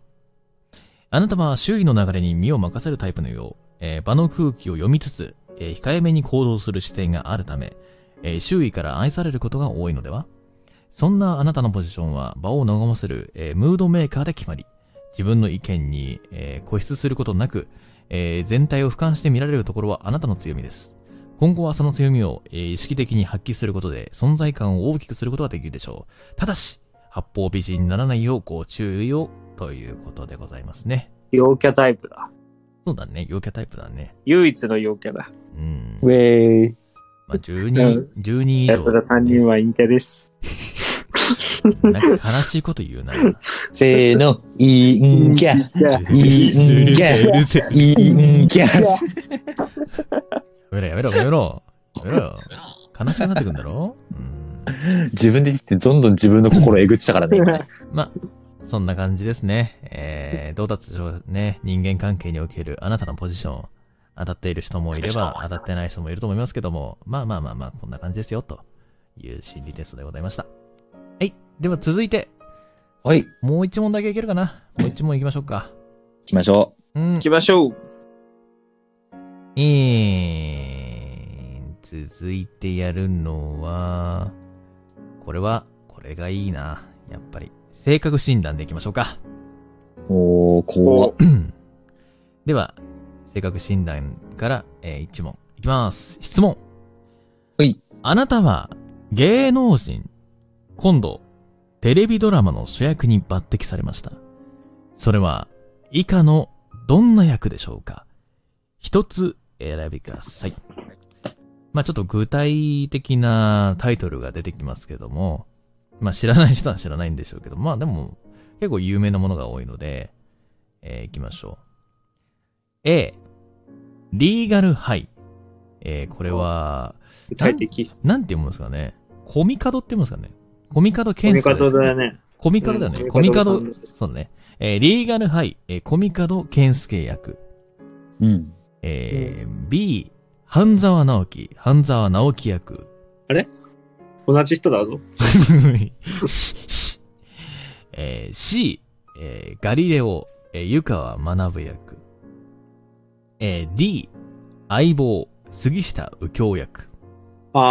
S1: あなたは周囲の流れに身を任せるタイプのよう、えー場の空気を読みつつ、えー控えめに行動する姿勢があるため、えー周囲から愛されることが多いのではそんなあなたのポジションは場を和ませる、えームードメーカーで決まり、自分の意見に、えー固執することなく、えー全体を俯瞰して見られるところはあなたの強みです。今後はその強みを、えー意識的に発揮することで存在感を大きくすることができるでしょう。ただし、八方美人にならないようご注意をということでございますね。
S2: 陽キャタイプだ。
S1: そうだね、陽キャタイプだね。
S2: 唯一の陽キャだ。
S1: うん。
S2: ウェイ。
S1: まあ、10人、10人以上。
S2: 安田3人は陰キャです。
S1: なんか悲しいこと言うな。
S3: せーの、いいんきゃ、いいんきゃ、
S1: うるせえ。
S3: いいんきゃ。
S1: やめろやめろやめろ。やめろよ。悲しくなってくんだろうん。
S3: 自分で言って、どんどん自分の心をえぐってた [laughs] からね。今
S1: まあ、そんな感じですね。えー、どうだったでしょうね。人間関係におけるあなたのポジション。当たっている人もいれば、当たってない人もいると思いますけども、まあまあまあまあ、こんな感じですよ、という心理テストでございました。はい。では続いて、
S3: はい、行
S1: もう一問だけいけるかな。もう一問いきましょうか。
S3: きましょ
S1: うん
S2: 行。きましょう。
S1: えー、続いてやるのは、これは、これがいいな。やっぱり。性格診断でいきましょうか。
S3: う。おー、怖っ。
S1: では、性格診断から、えー一問。いきます。質問。
S3: はい。
S1: あなたは、芸能人、今度、テレビドラマの主役に抜擢されました。それは、以下の、どんな役でしょうか一つ選びください。まあちょっと具体的なタイトルが出てきますけども、まあ知らない人は知らないんでしょうけど、まあでも、結構有名なものが多いので、えー行きましょう。A、リーガルハイ。えーこれは、
S2: 具体的。
S1: なんて読むんですかね。コミカドって読むんですかね。コミカド
S2: 読
S1: 検
S2: み
S1: 査です、
S2: 方だ。ね。
S1: コミカドだよね。
S2: うん
S1: コミカ
S2: コ
S1: ド
S2: ミカドさ、
S1: そうだね。えーリーガルハイ、えーコミカド健介役。
S3: うん。
S1: えー B、半沢直樹、半沢直樹役。
S2: 同じ人だぞ。
S1: ししえー C、えーガリレオ、えー湯川学役。えー D、相棒、杉下右京役。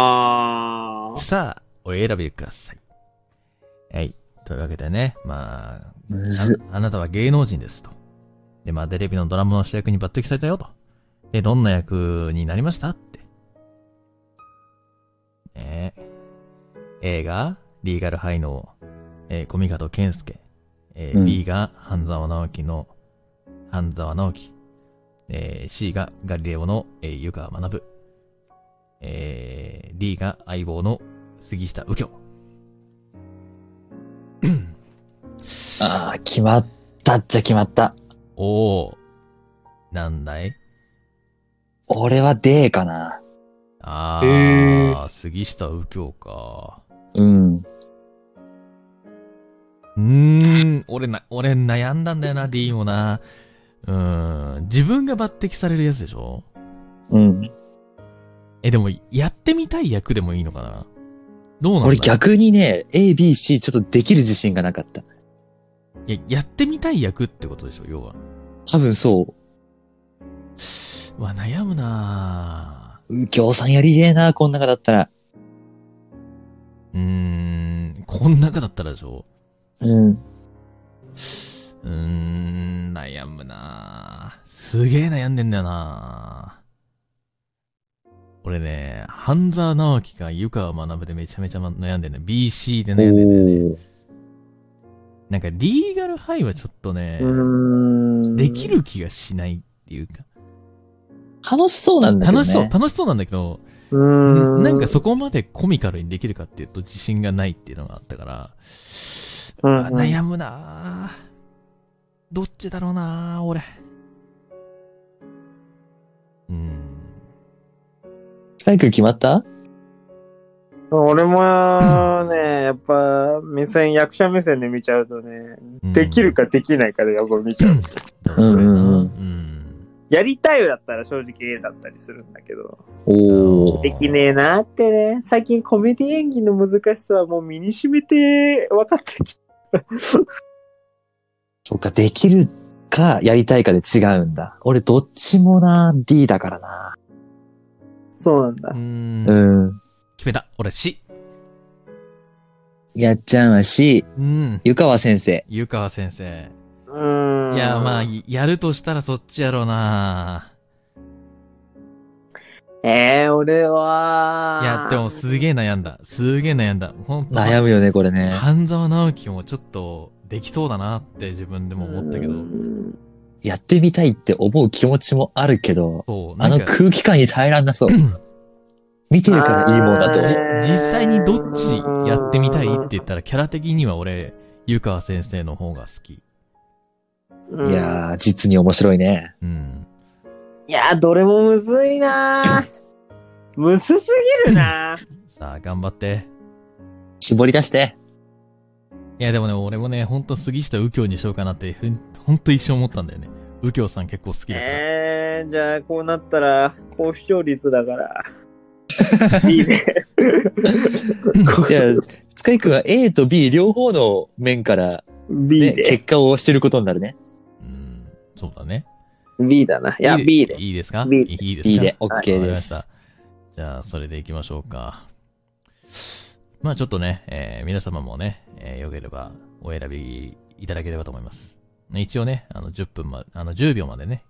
S2: あー。
S1: さあ、お選びください。はい。というわけでね、まあ、
S3: むず
S1: ああなたは芸能人ですと。で、まあ、テレビのドラマの主役に抜擢されたよと。で、どんな役になりましたって。ねえ。A が、リーガルハイの、えー、コミカド健介。えー
S3: うん
S1: B が、半沢直樹の、半沢直樹。えー C が、ガリレオの、えー、湯川学。えー D が、相棒の、杉下右京。
S3: あー、決まったっちゃ決まった。
S1: おー。なんだい
S3: 俺は D かな。
S1: あ
S2: へ
S1: あ、杉下右京か。
S3: うん。
S1: うーん、 [laughs] 俺な、俺悩んだんだよな、D もな。うーん、自分が抜擢されるやつでしょ
S3: うん。
S1: え、でも、やってみたい役でもいいのかなどうなんだ
S3: 俺逆にね、A、B、C ちょっとできる自信がなかった。
S1: いや、やってみたい役ってことでしょ、要は。
S3: 多分そう
S1: わ、悩むなぁ
S3: う。右京さんやりてえな、こん中だったら。
S1: うーん、こん中だったらでしょ。
S3: うん。
S1: うーん、悩むなぁ。すげえ悩んでんだよなぁ。俺ね、半沢直樹か湯川学でめちゃめちゃ悩んでんだよ。BC で
S3: お
S1: 悩んでんだよね。
S3: ー。
S1: なんか、リーガルハイはちょっとね、
S2: ん
S1: できる気がしないっていうか。
S3: 楽しそうなんだけどね。
S1: 楽しそう、楽しそうなんだけど、
S2: うーん。
S1: なんかそこまでコミカルにできるかっていうと自信がないっていうのがあったから、
S2: うん
S1: あ悩むなあどっちだろうなあ俺。うん。
S3: スパイク決まった
S2: 俺もね、やっぱ目線、役者目線で見ちゃうとね、
S1: うん
S2: できる。かできないかでやっぱ見ちゃう。
S1: どうするな
S3: うんうんうん
S1: うん。
S2: やりたいだったら正直 A だったりするんだけど、
S3: おー。
S2: できねえなってね、最近コメディ演技の難しさはもう身に染めて分かってきた。
S3: そうか、できるか、やりたいかで違うんだ。俺どっちもな、D だからな。
S2: そうなんだ
S1: う。ん。
S3: うん。
S1: 決めた。俺、し。
S3: やっちゃんは C、
S1: うん。
S3: 湯川先生。
S1: 湯川先生。
S2: うーん。
S1: いや、まあ、やるとしたらそっちやろうな
S2: えー、俺は。
S1: いや、でもすげえ悩んだ。すげえ悩んだ。ほんと
S3: 悩むよね、これね。
S1: 半沢直樹もちょっとできそうだなって自分でも思ったけど
S2: うー。ん
S3: やってみたいって思う気持ちもあるけど、
S1: そう、な
S3: あ
S1: ん
S3: の
S1: か、
S3: 空気感に耐えらん
S1: [clears throat]
S3: なそう。見てるからいいもんだ
S2: あ
S3: と
S2: ー
S1: じ。実際にどっちやってみたいって言ったら、キャラ的には俺、湯川先生の方が好き。
S2: うん
S3: いやー、実に面白いね。
S1: うん。
S2: いやー、どれもむずい
S1: [laughs]
S2: なーむずすぎるなー
S1: さあ、頑張って。
S3: 絞り出
S1: [laughs]
S3: して。
S1: いや、でもね、俺もね、ほんと杉下右京にしようかなって、ふんほんと一生思ったんだよね。右京さん結構好きだから。
S2: えー、じゃあ、こうなったら、高視聴率
S1: [laughs]
S2: だから。いいね。
S3: じゃあ、スカイ君は A と B 両方の面から、
S2: B
S3: ね、
S2: で。
S3: 結果をしてることになるね。
S1: うん、そうだね。
S2: B だな。いや、B で。
S1: いいですか
S2: B
S1: いいですか
S3: B で
S2: はい
S3: OK
S1: わかり
S3: で
S1: まし
S3: す。
S1: た。じゃあ、それで行きましょうか。まあちょっとね、えー皆様もね、えーよければお選びいただければと思います。一応ね、あの、10分ま、あの、10秒までね。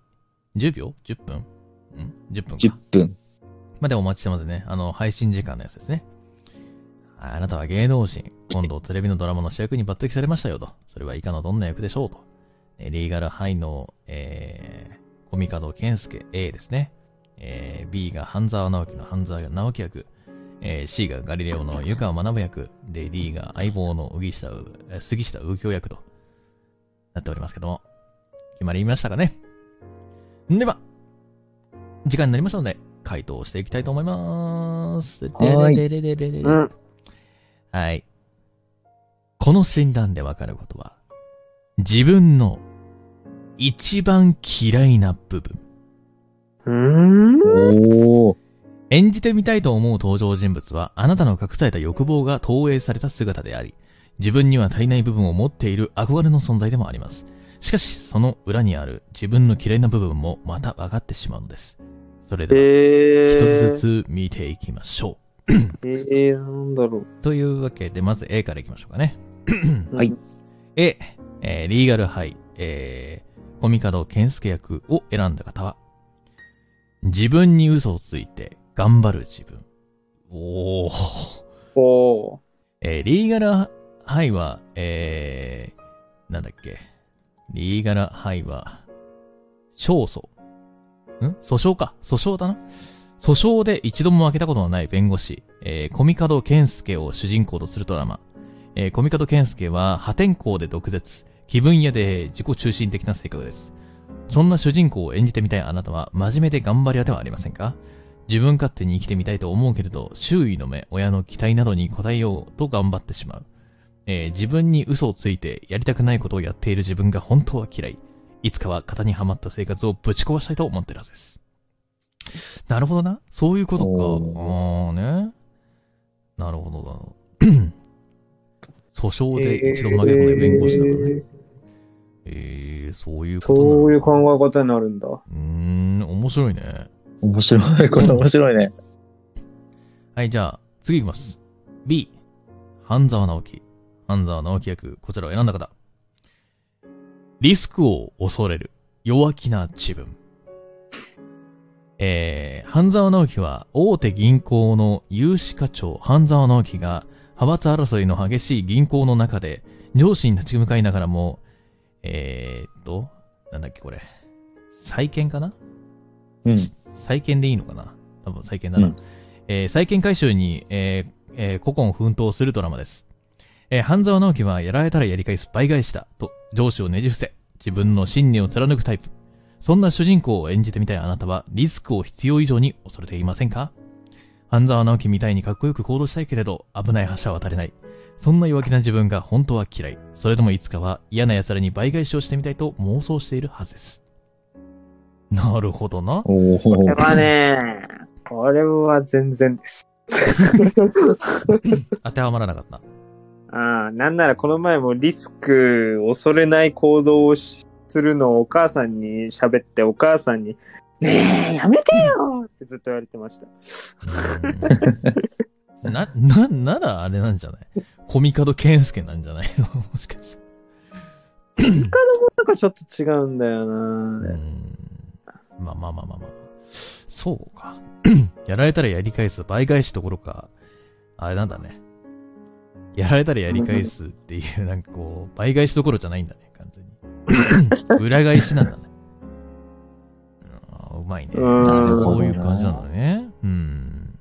S1: 10秒 ?10 分ん ?10 分
S3: 10
S1: か。
S3: 分。
S1: までお待ちしてますね。あの、配信時間のやつですね。はいあなたは芸能人。今度テレビのドラマの主役に抜擢されましたよと。それは以下のどんな役でしょうと。えーリーガルハイの、えー、コミカド健介 A ですね。えー B が半沢直樹の半沢直樹役。えー C がガリレオの湯川学役。で、D が相棒の右下う、えー杉下右京役となっておりますけども。決まりましたかね。では、時間になりましたので、回答していきたいと思います。
S3: はい
S1: でれれれれれれ
S2: うん。
S1: はい。この診断でわかることは、自分の一番嫌いな部分。
S2: うーん。
S3: おー。
S1: 演じてみたいと思う登場人物は、あなたの隠された欲望が投影された姿であり、自分には足りない部分を持っている憧れの存在でもあります。しかし、その裏にある自分の嫌いな部分もまた分かってしまうのです。それ
S2: え
S1: では、一
S2: ー、
S1: つずつ見ていきましょ
S2: えー、なんだろう。
S1: う。というわけで、まず A からいきましょうかね。
S3: はい。
S1: A、えーリーガルハイ、えー、コミカド健介役を選んだ方は、自分に嘘をついて頑張る自分。おー。
S2: おー。
S1: えーリーガルハイは、えー、なんだっけ。リーガルハイは、勝訴。ん訴訟か。訴訟だな。訴訟で一度も負けたことのない弁護士、えー、コミカドケンスケを主人公とするドラマ。えー、コミカドケンスケは破天荒で毒舌、気分屋で自己中心的な性格です。そんな主人公を演じてみたいあなたは真面目で頑張り屋ではありませんか自分勝手に生きてみたいと思うけれど、周囲の目、親の期待などに応えようと頑張ってしまう。えー自分に嘘をついてやりたくないことをやっている自分が本当は嫌い。いつかは型にはまった生活をぶち壊したいと思ってるはずです。なるほどな。そういうことか。あ
S3: お
S1: ーね。なるほどだな。 [clears throat] 訴訟で一度負け込んで弁護士だからね。えー、そういうことなの
S2: そういう考え方になるんだ。
S1: うーん、面白いね。
S3: 面白い。これ面白いね。
S1: はい、じゃあ、次いきます。B、半沢直樹。半沢直樹役、こちらを選んだ方。リスクを恐れる、弱気な自分。えー、半沢直樹は、大手銀行の有志課長、半沢直樹が、派閥争いの激しい銀行の中で、上司に立ち向かいながらも、えーっと、なんだっけこれ、再建かな
S3: うん。
S1: 再建でいいのかな多分再建だな。
S3: うん
S1: えー再建回収に、えーえー古今奮闘するドラマです。えー半沢直樹はやられたらやり返す倍返しだと上司をねじ伏せ、自分の信念を貫くタイプ。そんな主人公を演じてみたいあなたはリスクを必要以上に恐れていませんか半沢直樹みたいにかっこよく行動したいけれど危ない橋は渡れない。そんな弱気な自分が本当は嫌い。それでもいつかは嫌な奴らに倍返しをしてみたいと妄想しているはずです。なるほどな。
S3: おー
S2: これはね、これは全然です。
S1: 当てはまらなかった。
S2: ああ、なんならこの前もリスク、恐れない行動をしするのをお母さんに喋って、お母さんに、ねえ、やめてよってずっと言われてました。
S1: うんな、な、ならあれなんじゃないコミカドケンスケなんじゃない [laughs] のもしかして。
S2: なんかちょっと違うんだよな
S1: うんまあまあまあまあまあ。そうか。 [clears throat] やられたらやり返す倍返しどころか、あれなんだね。やられたらやり返すっていう、なんかこう、倍返しどころじゃないんだね、完全 [laughs] に。裏返しなんだね。うんうまいね。
S2: う
S1: [laughs]
S2: ん
S1: あそういう感じなんだね。うん。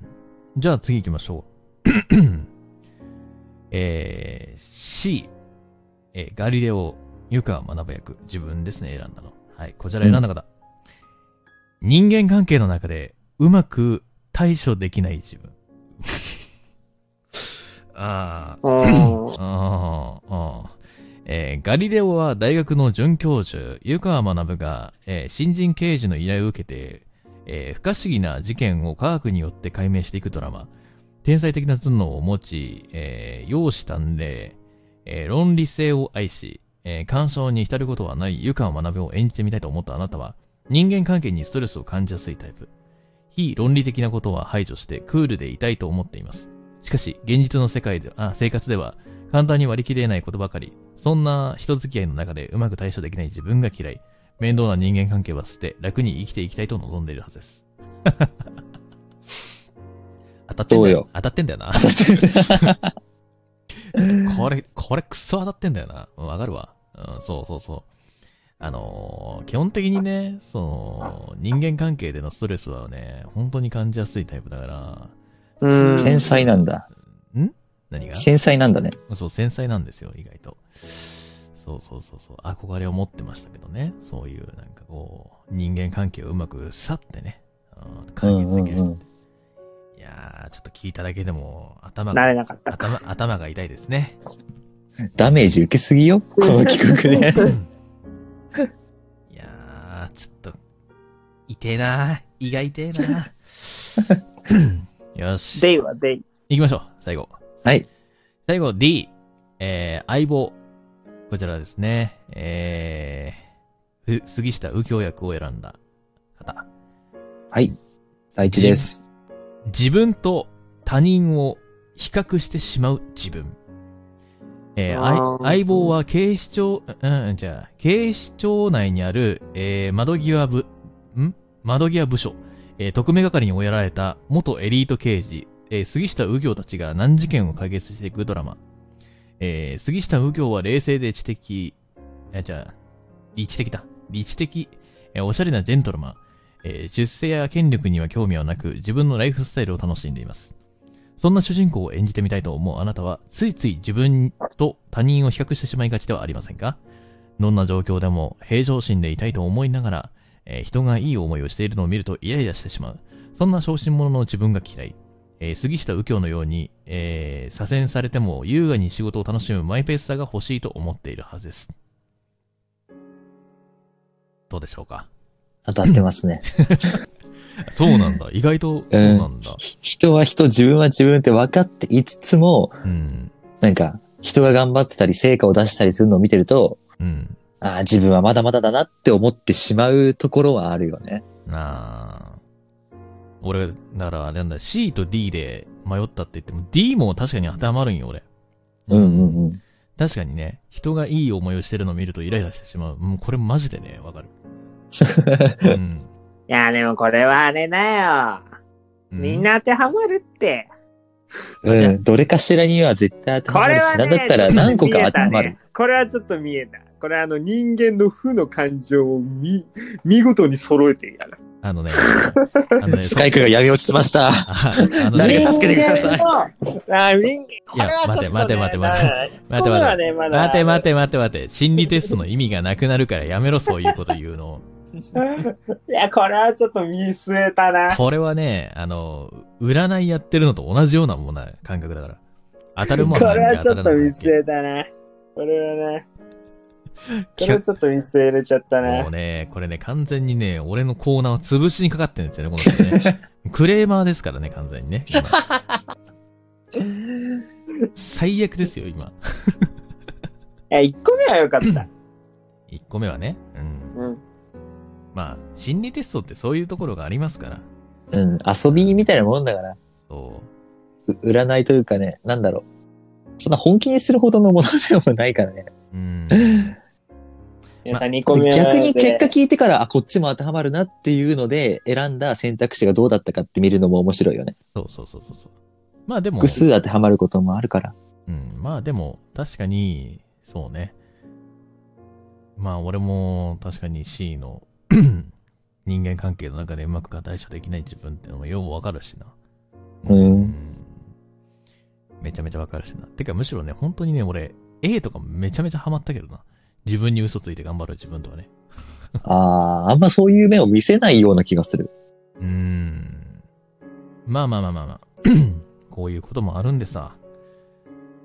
S1: じゃあ次行きましょう。 [clears throat] えー、C、えーガリレオ、湯川学役、自分ですね、選んだの。はい、こちら選んだ方。人間関係の中で、うまく対処できない自分。 [laughs] ああ、
S2: あ
S3: [laughs]
S2: ー
S1: ああ、ああ。えーガリレオは大学の准教授、湯川学が、えー新人刑事の依頼を受けて、えー不可思議な事件を科学によって解明していくドラマ。天才的な頭脳を持ち、えー容姿端麗、えー論理性を愛し、えー感傷に浸ることはない湯川学を演じてみたいと思ったあなたは、人間関係にストレスを感じやすいタイプ。非論理的なことは排除してクールでいたいと思っています。しかし、現実の世界で、あ、生活では、簡単に割り切れないことばかり。そんな人付き合いの中でうまく対処できない自分が嫌い。面倒な人間関係は捨て、楽に生きていきたいと望んでいるはずです。 [laughs] 当たってん
S3: ど
S1: だ
S3: う
S1: よ
S3: よ。
S1: 当たってんだよな。これ、これくそ当たってんだよな。うんわかるわ。うん、そうそうそう。あのー基本的にね、その、人間関係でのストレスはね、本当に感じやすいタイプだから、
S2: うん
S3: [laughs] 繊細なんだ。
S1: 何が
S3: 繊細なんだね。
S1: そう、繊細なんですよ、意外と。そうそうそうそう、憧れを持ってましたけどね。そういう、なんかこう、人間関係をうまく去ってね、うん解決できる人って。
S3: うんうん
S1: いやー、ちょっと聞いただけでも、頭
S2: 慣
S1: が、
S2: れなかったか。
S1: 頭、頭が痛いですね。
S3: ダメージ受けすぎよ。この企画ね。
S1: [laughs] いやー、ちょっと、痛えなー。胃が痛えなー。よし。
S2: デイはデイ。
S1: 行きましょう、最後。
S3: はい。
S1: 最後、D。えー、相棒。こちらですね。えー、ふ杉下右京役を選んだ方。
S3: はい。第一です。
S1: 自分と他人を比較してしまう自分。えーあい
S2: あー
S1: 相棒は警視庁、うん、うんじゃあ、警視庁内にある、えー窓際部、ん窓際部署、えー特命係に追いやられた元エリート刑事、えー杉下右京たちが難事件を解決していくドラマ。えー杉下右京は冷静で知的、えじゃあ、理知的だ。理知的、えーおしゃれなジェントルマン。えー出世や権力には興味はなく、自分のライフスタイルを楽しんでいます。そんな主人公を演じてみたいと思うあなたは、ついつい自分と他人を比較してしまいがちではありませんかどんな状況でも平常心でいたいと思いながら、えー人がいい思いをしているのを見るとイライラしてしまう。そんな小心者の自分が嫌い。えー杉下右京のように、えー左遷されても優雅に仕事を楽しむマイペースさが欲しいと思っているはずです。どうでしょうか
S3: 当たってますね。
S1: そうなんだ。 [laughs] 意外とそうなんだ。
S3: 人は人、自分は自分って分かっていつつも、
S1: うん。
S3: なんか、人が頑張ってたり、成果を出したりするのを見てると、
S1: うん。
S3: ああ、自分はまだまだだなって思ってしまうところはあるよね。
S1: なあ。俺、だから、なんだ、C と D で迷ったって言っても、D も確かに当てはまるんよ、俺。
S3: うんうんうん。
S1: 確かにね、人がいい思いをしてるのを見るとイライラしてしまう。うん、これマジでね、わ [laughs] かる。うん。
S2: いや、でもこれはあれだよ。
S1: う
S2: みん、な当てはまるって。
S3: うん、 [laughs] どれかしらには絶対当て
S2: こ
S3: はま
S2: れ
S3: る
S2: はね、
S3: し、なんだったら何個か当てはまる。
S2: 見えたねこれはちょっと見えた。これはあの人間の負の感情を見、見事に揃えているから。
S1: あ
S2: [laughs]
S1: のね、あのね、
S3: スカイクが闇落ちしました。
S1: ああの
S3: 誰
S1: ね、
S3: か助けてください
S2: 人間の。あ、人間、これはちょっと、ね、
S1: 待て待て待て待て
S2: これ
S1: 待
S2: は
S1: て。
S2: ね、まだ。
S1: 待て待て待て待て。心理テストの意味がなくなるからやめろ、そういうこと言うの。
S2: [laughs] いや、これはちょっと見据えた [laughs] な。
S1: これはね、あの、占いやってるのと同じようなもんな感覚だから。当たるも
S2: こ
S1: んは
S2: れは
S1: 何
S2: ち
S1: 当
S2: ょ
S1: た
S2: っ
S1: らな
S2: と
S1: い
S2: 見
S1: もん
S2: 据えたな。これはね、これはちょっと見据えれちゃった
S1: もう
S2: な。
S1: ね、これね、完全にね、俺のコーナーを潰しにかかってるんですよね、この人
S2: [laughs]
S1: ね。クレーマーですからね、完全にね。今最悪ですよ、今。
S2: いや、1個目は良かった。
S1: 1個目はね。うん。
S2: うん。
S1: まあ、心理テストってそういうところがありますから。
S3: [laughs] うん、遊びみたいなもんだから。
S1: そう
S3: 占いというかね、なんだろう。そんな本気にするほどのものでもない [laughs] からね。
S1: う。う
S2: [laughs]
S1: ん。
S2: 皆さん2個目は
S3: 逆に結果聞いてから、あ、こっちも当てはまるなっていうので、選んだ選択肢がどうだったかって見るのも面白いよね。
S1: そうそうそうそうそう。まあでも
S3: 複、数当てはまることもあるから。
S1: うん。まあでも、確かに、そうね。まあ俺も、確かに C の [coughs] 人間関係の中でうまく対処できない自分ってのもようわかるしな。
S3: うん。
S1: めちゃめちゃわかるしな。てか、むしろね、本当にね、俺、A とかめちゃめちゃハマったけどな。自分に嘘ついて頑張る自分とかね。
S3: あー、あんまそういう目を見せないような気がする。
S1: うーん。まあまあまあまあまあ。こういうこともあるんでさ。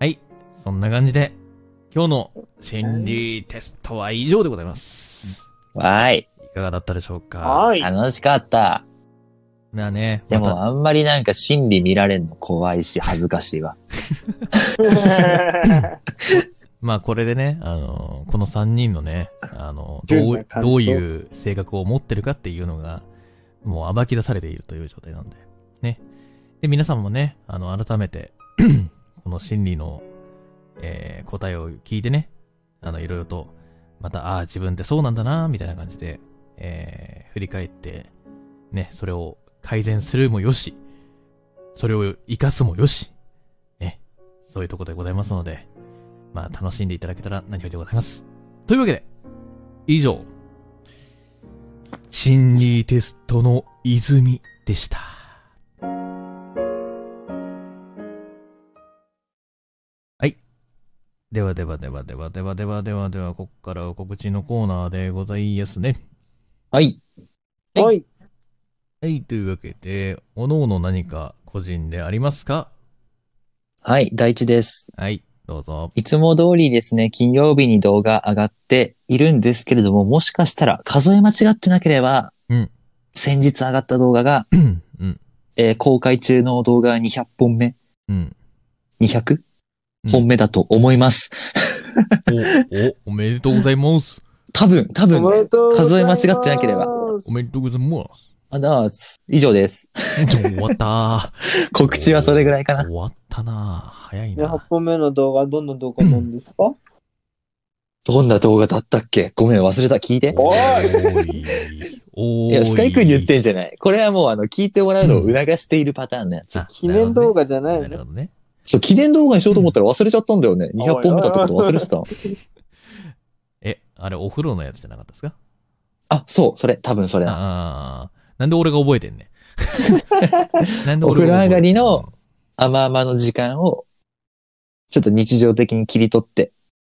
S1: はい。そんな感じで、今日の心理テストは以上でございます。
S3: わーい。
S1: いかがだったでしょうか
S2: はい。
S3: 楽しかった。
S1: まあね、
S3: で
S1: ま
S3: も
S1: た
S3: あんまりなんか心理見られんの怖いし、恥ずかしいわ。
S1: まあこれでね、あのーこの3人のね、あのー
S2: 純
S1: ど
S2: な
S1: う、
S2: 感想
S1: どういう性格を持ってるかっていうのが、もう暴き出されているという状態なんで。ね。で、皆さんもね、あの、改めて、 [clears throat] この心理の、えー答えを聞いてね、あの、いろいろと、また、ああー、自分ってそうなんだな、みたいな感じで、えー振り返って、ね、それを改善するもよし、それを活かすもよし、ね、そういうところでございますので、まあ、楽しんでいただけたら何よりでございます。というわけで、以上、心理テストの泉でした。はい。ではではではではではではではでは、ここからは告知のコーナーでございますね。
S3: はい。
S2: [laughs] はい。
S1: はい、というわけで、おのおの何か個人でありますか
S3: はい、第一です。
S1: はい、どうぞ。
S3: いつも通りですね、金曜日に動画上がっているんですけれども、もしかしたら数え間違ってなければ、
S1: うん
S3: 先日上がった動画が、
S1: うん、うん、
S3: えー公開中の動画200本目、
S1: うん。
S3: 200
S1: うん
S3: 本目だと思います。
S1: お、お、おめでとうございます。
S3: 多分、多
S2: おめ
S3: 分、
S2: でとうございます
S3: 数え間違ってなければ
S1: おめでとうございます。
S3: あだます以上です。 [laughs]
S1: 終わった [laughs]
S3: 告知はそれぐらいかな。
S1: 終わったな早い
S2: 8
S1: な
S2: 本目の動画、どんな動画なんですか
S3: どんな動画だったっけごめん、忘れた。聞いて。
S2: お
S1: いおーい
S3: [laughs] いや、スカイ君に言ってんじゃない。これはもう、あの、聞いてもらうのを促しているパターンのやつ。
S1: あ
S2: 記念動
S1: 画
S2: 画じゃない
S1: なる
S2: の
S1: ほどね。
S3: そう、記念動画にしようと思ったら忘れちゃったんだよね。200本目だったこと忘れてた。
S1: え、あれお風呂のやつじゃなかったですか
S3: [laughs] あ、そう、それ、多分それだ。
S1: ああー。なんで俺が覚えてんね
S2: [laughs]
S1: なん
S3: お風
S1: が覚えて
S3: 呂
S1: ん
S3: 上がりの、甘々の時間を、ちょっと日常的に切り取って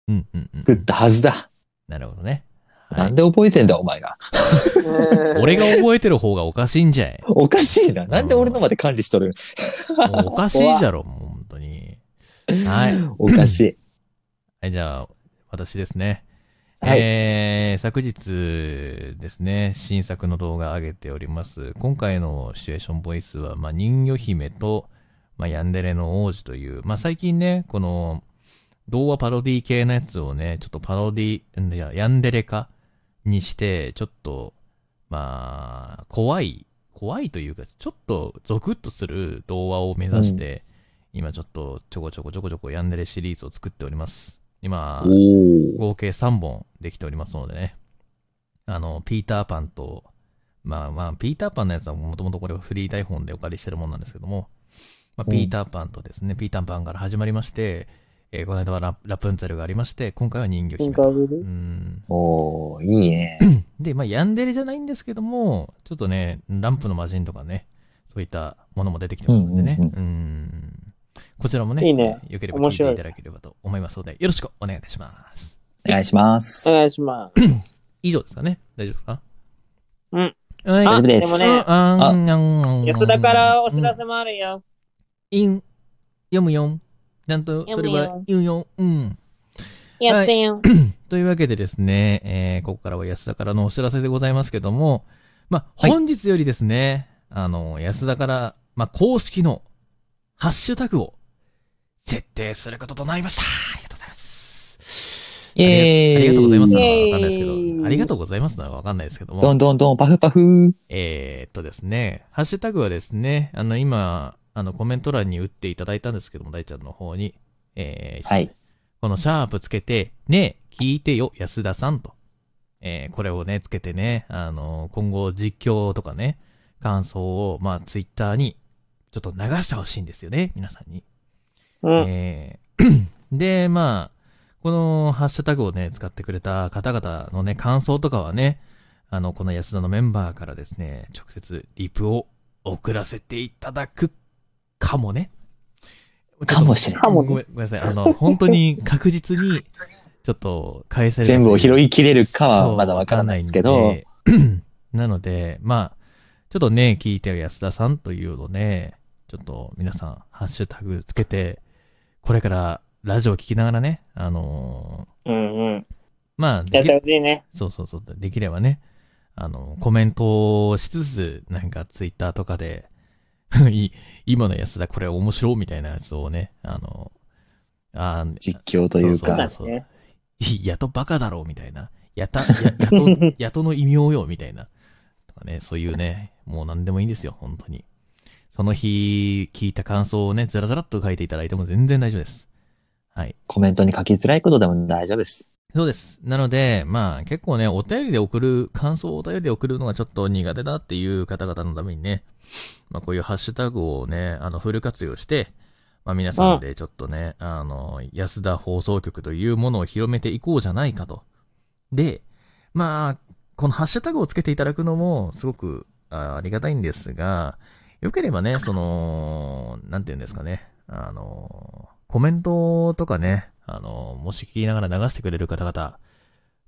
S1: うんうんうん。
S3: 作ったはずだ。
S1: なるほどね。は
S3: ないんで覚えてんだ、お前ら。
S1: 俺が覚えてる方がおかしいんじゃい。
S3: おかしいな。なんで俺のまで管理しとる
S1: もうおかしいじゃろ、もう本当に。はい。
S3: おかしい。
S1: はい、じゃあ、私ですね。
S3: はい
S1: えー、昨日ですね、新作の動画上げております。今回のシチュエーションボイスは、まあ、人魚姫と、まあ、ヤンデレの王子という、まあ、最近ね、この、童話パロディ系のやつをね、ちょっとパロディ、んいや、ヤンデレ化にして、ちょっと、まあ、怖い、怖いというか、ちょっとゾクッとする童話を目指して、今ちょっとちょこちょこちょこちょこヤンデレシリーズを作っております。今、
S3: おお。
S1: 合計3本できておりますのでね。あの、ピーターパンと、まあまあ、ピーターパンのやつはもともとこれはフリー台本でお借りしてるもんなんですけども、まあ、
S3: うん
S1: ピーターパンとですね、ピーターパンから始まりまして、えーこの間はララプンツェルがありまして、今回は人魚姫と。うん
S3: おおいいね。
S1: で、まあ、ヤンデレじゃないんですけども、ちょっとね、ランプの魔人とかね、そういったものも出てきてますんでね。う
S3: うんん
S1: こちらもね、
S5: いいね
S1: よければ聞いていただければと思いますので、よろしくお願いいたします。
S3: お願いします
S5: お。願いします。
S1: 以上ですかね大丈夫ですか
S5: うん。
S1: はい。
S5: あ
S3: 大丈夫で
S5: も
S3: す。
S5: ね
S1: あん
S5: 安田からお知ら。せもあるよ。
S1: うんいん読むよ。ちゃんと、それは言うよ。うん。
S5: やってよ。
S1: というわけでですね、えーここからは安田からのお知らせでございますけども、まあ、
S3: はい
S1: 本日よりですね、あの、安田から、まあ、公式のハッシュタグを設定することとなりました。ありがとうございます。
S3: イェーイ
S1: ありがとうございますなのか
S5: イェーイ
S1: わかんないですけど、ありがとうございますなのかわかんないですけども。
S3: どんどんどん、パフパフ。
S1: えーっとですね、ハッシュタグはですね、あの、今、あの、コメント欄に打っていただいたんですけども、大ちゃんの方に、えー
S3: はい。
S1: このシャープつけて、ねえ、聞いてよ、安田さんと。えーこれをね、つけてね、あのー今後実況とかね、感想を、まあ、ツイッターに、ちょっと流してほしいんですよね、皆さんに。
S5: うん。
S1: えー [clears throat] で、まあ、このハッシュタグをね、使ってくれた方々のね、感想とかはね、あの、この安田のメンバーからですね、直接リプを送らせていただくかもね。
S3: かもしれない。
S5: かもね
S1: ごめんごめんなさい。あの、本当に確実に、ちょっと返せる。
S3: 全部を拾
S1: い
S3: いきれるかはまだわからないんですけど、。
S1: なので、まあ、ちょっとね、聞いてよ安田さんというのね、ちょっと皆さん、ハッシュタグつけて、これからラジオ聞きながらね、あのー
S5: うんうん。
S1: まあ、で
S5: やっ
S1: き
S5: てほしいね。
S1: そうそうそう、できればね、あの、コメントをしつつ、なんかツイッターとかで、 [laughs] い今の安田これ面白いみたいなやつをね、あの、あー
S3: 実況という
S1: そう
S3: か、
S1: そうい [laughs] やとバカだろうみたいな。やた、や、やと、やとの異名よみたいな。とかね、そういうね、もう何でもいいんですよ、本当に。その日、聞いた感想をね、ずらずらっと書いていただいても全然大丈夫です。はい。
S3: コメントに書きづらいことでも大丈夫です。
S1: そうです。なので、まあ結構ね、お便りで送る、感想をお便りで送るのがちょっと苦手だっていう方々のためにね、まあこういうハッシュタグをね、あの、フル活用して、まあ皆さんでちょっとね、あの、安田放送局というものを広めていこうじゃないかと。で、まあ、このハッシュタグをつけていただくのもすごくあありがたいんですが、よければね、その、なんて言うんですかね、あの、コメントとかね、あの、もし聞きながら流してくれる方々、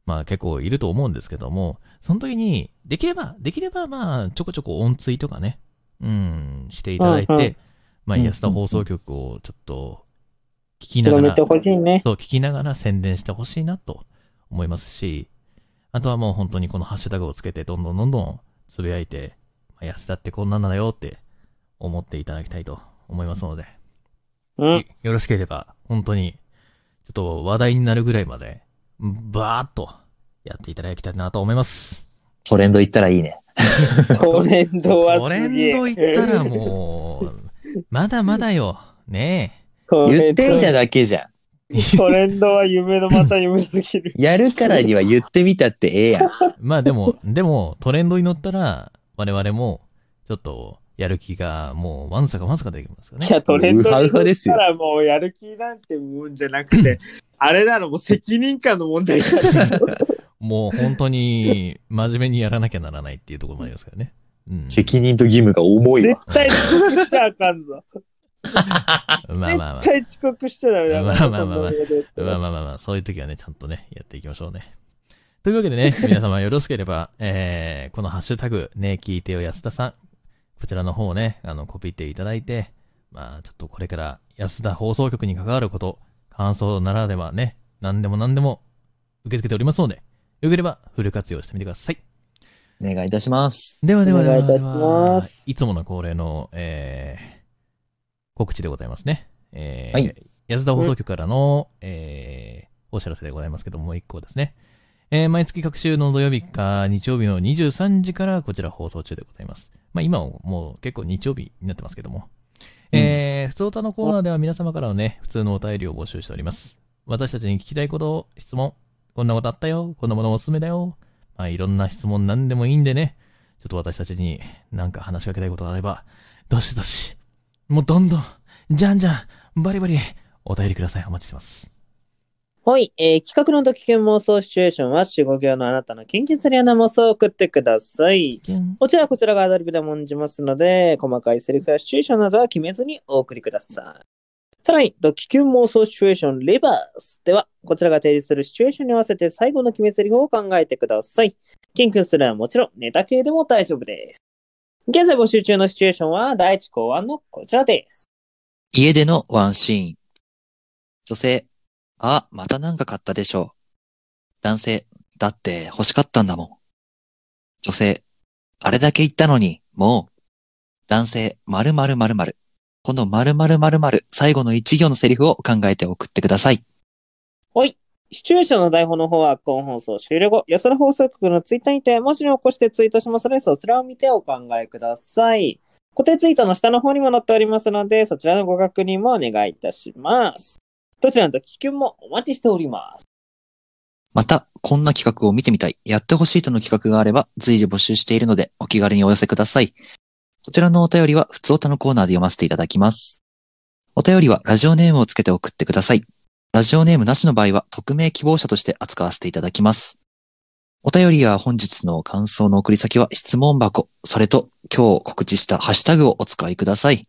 S1: まあ結構いると思うんですけども、その時に、できれば、できればまあ、ちょこちょこ音追とかね、うん、していただいて、
S5: うんうん
S1: まあ、
S3: うん
S1: 安田放送局をちょっと、聞きなが
S5: 広め
S1: ら
S5: て、ほしいね。
S1: そう、聞きながら宣伝してほしいなと思いますし、あとはもう本当にこのハッシュタグをつけて、どんどんどんどんつぶやいて、まあ安田ってこんなんだよって思っていただきたいと思いますので、
S5: うん。
S1: よろしければ、本当に、ちょっと話題になるぐらいまで、バーっとやっていただきたいなと思います。
S3: トレンド行ったらいいね。
S5: トレンドは
S1: ト
S5: す
S1: レン
S5: げえ。
S1: ド行ったらもう、まだまだよ。ね
S5: トレ
S3: 言
S5: ンド
S3: ってみただけじゃん。
S5: トレンドは夢のまた夢すぎ
S3: [laughs]
S5: る。
S3: やるからには言ってみたってええやん。
S1: え。まあでも、でも、トレンドに乗ったら、我々も、ちょっと、やる気が、もう、わんさかわんさかできますよね
S5: い。や、トレンド
S3: うは
S5: に
S3: うはです
S5: た
S3: よ
S5: らもうやる気なんてもんじゃなくて、あれなのもう責任感の問題だ
S1: もう、本当に、真面目にやらなきゃならないっていうところもありますからね。うん。
S3: 責任と義務が重いわ。
S5: 絶対遅刻しちゃあかんぞ。
S1: まあまあまあ
S5: 絶。対遅刻しちゃダメだ
S1: まあまあまあまあ
S5: そんなことやって
S1: まあまあまあまあ、そういう時はね、ちゃんとね、やっていきましょうね。というわけでね、皆様よろしければ、えー、このハッシュタグ、ね聞いてよ安田さん、こちらの方をね、あの、コピーっていただいて、まあ、ちょっとこれから安田放送局に関わること、感想ならではね、何でも何でも受け付けておりますので、よければフル活用してみてください。
S3: お願いいたします。
S1: ではではでは
S5: お願いいたします
S1: ではいつもの恒例の、えー、告知でございますね。えー
S3: はい
S1: 安田放送局からの、えー、お知らせでございますけども、もう一個ですね。えー毎月各週の土曜日か日曜日の23時からこちら放送中でございます。まあ今ももう結構日曜日になってますけども。えー、普通歌のコーナーでは皆様からのね、普通のお便りを募集しております。私たちに聞きたいこと、質問、こんなことあったよ、こんなものおすすめだよ、まあいろんな質問なんでもいいんでね、ちょっと私たちになんか話しかけたいことがあれば、どしどし、もうどんどん、じゃんじゃん、バリバリ、お便りください。お待ちしてます。
S5: はい、えー企画の時見妄想シチュエーションは、守護業のあなたの緊急するような妄想を送ってください。
S1: キュン
S5: こちらはこちらがアドリブでもんじますので、細かいセリフやシチュエーションなどは決めずにお送りください。さらに、ドキキュン妄想シチュエーションレバースでは、こちらが提示するシチュエーションに合わせて最後の決めセリフを考えてください。研究するのはもちろん、ネタ系でも大丈夫です。現在募集中のシチュエーションは、第一考案のこちらです。
S3: 家でのワンシーン。女性、あ、またなんか買ったでしょう。男性、だって欲しかったんだもん。女性、あれだけ言ったのに、もう。男性、〇〇〇〇。この〇〇〇〇、最後の一行のセリフを考えて送ってください。
S5: シチュエーションの台本の方は、今放送終了後、安田放送局のツイッターにて文字に起こしてツイートしますので、そちらを見てお考えください。固定ツイートの下の方にも載っておりますので、そちらのご確認もお願いいたします。どちらのと聞きもお待ちしております。
S3: また、こんな企画を見てみたい、やってほしいとの企画があれば随時募集しているので、お気軽にお寄せください。こちらのお便りは、普通おたのコーナーで読ませていただきます。お便りは、ラジオネームをつけて送ってください。ラジオネームなしの場合は、匿名希望者として扱わせていただきます。お便りや本日の感想の送り先は、質問箱、それと、今日告知したハッシュタグをお使いください。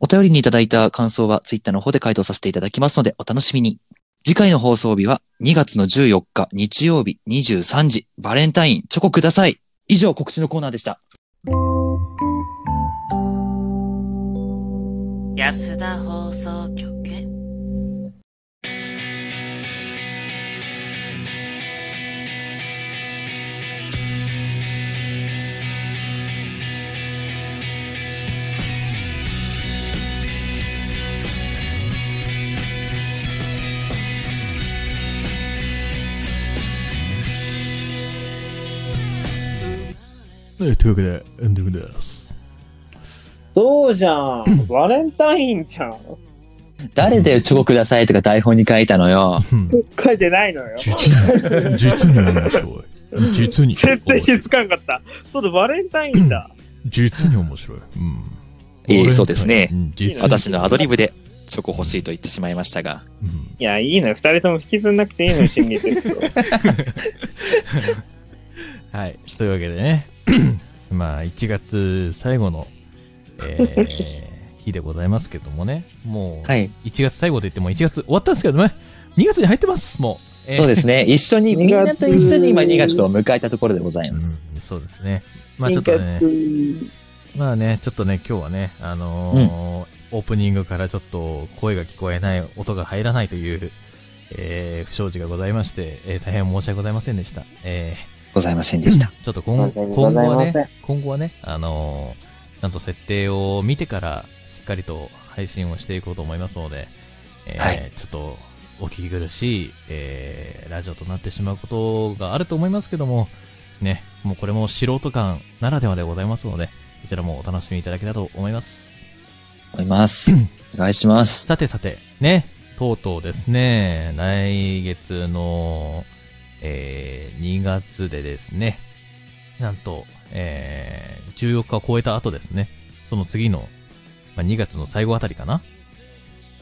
S3: お便りにいただいた感想は、ツイッターの方で回答させていただきますので、お楽しみに。次回の放送日は2月の14日日曜日23時バレンタインチョコください。以上告知のコーナーでした。
S6: 安田放送局。
S1: えというわけで、エンディングです。
S5: そうじゃん。バレンタインじゃん。
S3: 誰だよチョコくださいとか台本に書いたのよ。
S5: 書いてないのよ。
S1: 実に、実に面白い。実に。
S5: 絶対気づかんかった。そうだ、バレンタインだ。
S1: 実に面白い。うん。
S3: ええそうですね
S1: うん。実に
S3: 私のアドリブでチョコ欲しいと言ってしまいましたが。
S1: うん
S5: いや、いいのよ。二人とも引きずんなくていいのよ、心理テスト。
S1: はい。というわけでね、 [clears throat] まあ、1月最後の、えー日でございますけどもね、もう、
S3: い。
S1: 1月最後と言っても1月終わったんですけどね、2月に入ってます、もう。えー
S3: そうですね。一緒に、みんなと一緒に今2月を迎えたところでございます。
S1: うんそうですね。まあちょっとね、まあね、ちょっとね、今日はね、あのーオープニングからちょっと声が聞こえない、音が入らないという、えー不祥事がございまして、えー大変申し訳ございませんでした。え
S3: ございませんでした。
S1: ーちょっと今
S5: 申し訳
S1: 後
S5: ご
S1: 今
S5: ざい
S1: 後は
S5: ません
S1: ね、今後はね、あのーちゃんと設定を見てから、しっかりと配信をしていこうと思いますので、えー
S3: はい
S1: ちょっと、お聞き苦しい、えーラジオとなってしまうことがあると思いますけども、ね、もうこれも素人感ならではでございますので、こちらもお楽しみいただけたらと思います。
S3: 思います。お願いします。
S1: さてさて、ね、とうとうですね、来月の、えー2月でですね、なんと、えー14日を超えた後ですね、その次の、まあ、2月の最後あたりかな、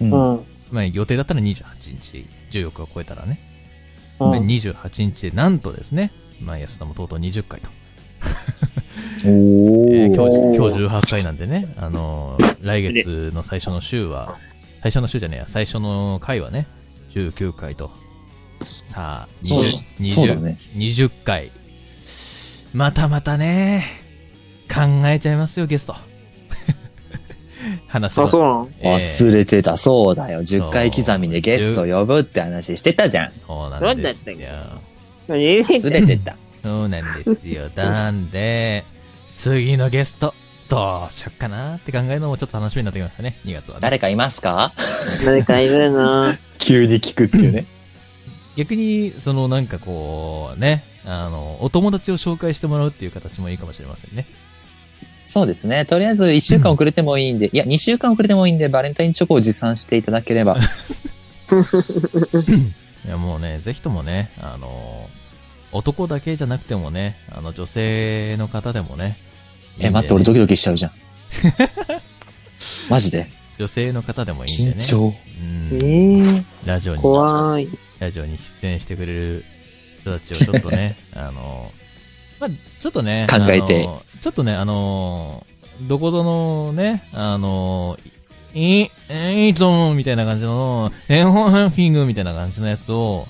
S3: うん
S5: うん。
S1: まあ、予定だったら28日、14日を超えたらね、
S5: うん
S1: で28日でなんとですね、まあ、安田もとうとう20回と。
S3: お
S1: えー今
S5: おー
S1: 日今日18回なんでね、あのー来月の最初の週は、最初の週じゃねえや、最初の回はね、19回と、さあ、
S3: そうだ
S1: 20,
S3: そうだね。
S1: 20回。またまたね、考えちゃいますよ、ゲスト。 [laughs] 話す
S5: あ、そう
S1: う。
S5: なの
S1: えー
S3: 忘れてた、そうだよ。10回刻みでゲスト呼ぶって話してたじゃん。
S1: そうなんです
S5: なんだ
S1: よ。
S5: 何
S3: 忘れてた。
S1: そうなんですよ。なんで、次のゲスト、どうしよっかなって考えるのもちょっと楽しみになってきましたね、2月は、ね。
S3: 誰かいますか
S5: 誰かいるな
S3: [laughs] 急に聞くっていうね。
S1: 逆に、そのなんかこう、ね、あの、お友達を紹介してもらうっていう形もいいかもしれませんね。
S3: そうですね。とりあえず1週間遅れてもいいんで、いや、2週間遅れてもいいんで、バレンタインチョコを持参していただければ。
S1: いや、もうね、ぜひともね、あの、男だけじゃなくてもね、あの、女性の方でもね。
S3: え、待って、俺ド
S1: キ
S3: キドキしちゃうじゃん。マジで
S1: 女性の方でもいいんで
S3: 緊
S1: ね。
S3: 張。
S1: うん
S5: えー、
S1: ラジオに、
S5: 怖い。
S1: ラジオに出演してくれる人たちをちょっと
S3: [laughs]
S1: ね、あの、まあ、ちょっとね、
S3: 考えて
S1: あのちょっとね、あの、どこぞのね、あの、いい、いいぞみたいな感じの、エンホンキングみたいな感じのやつを、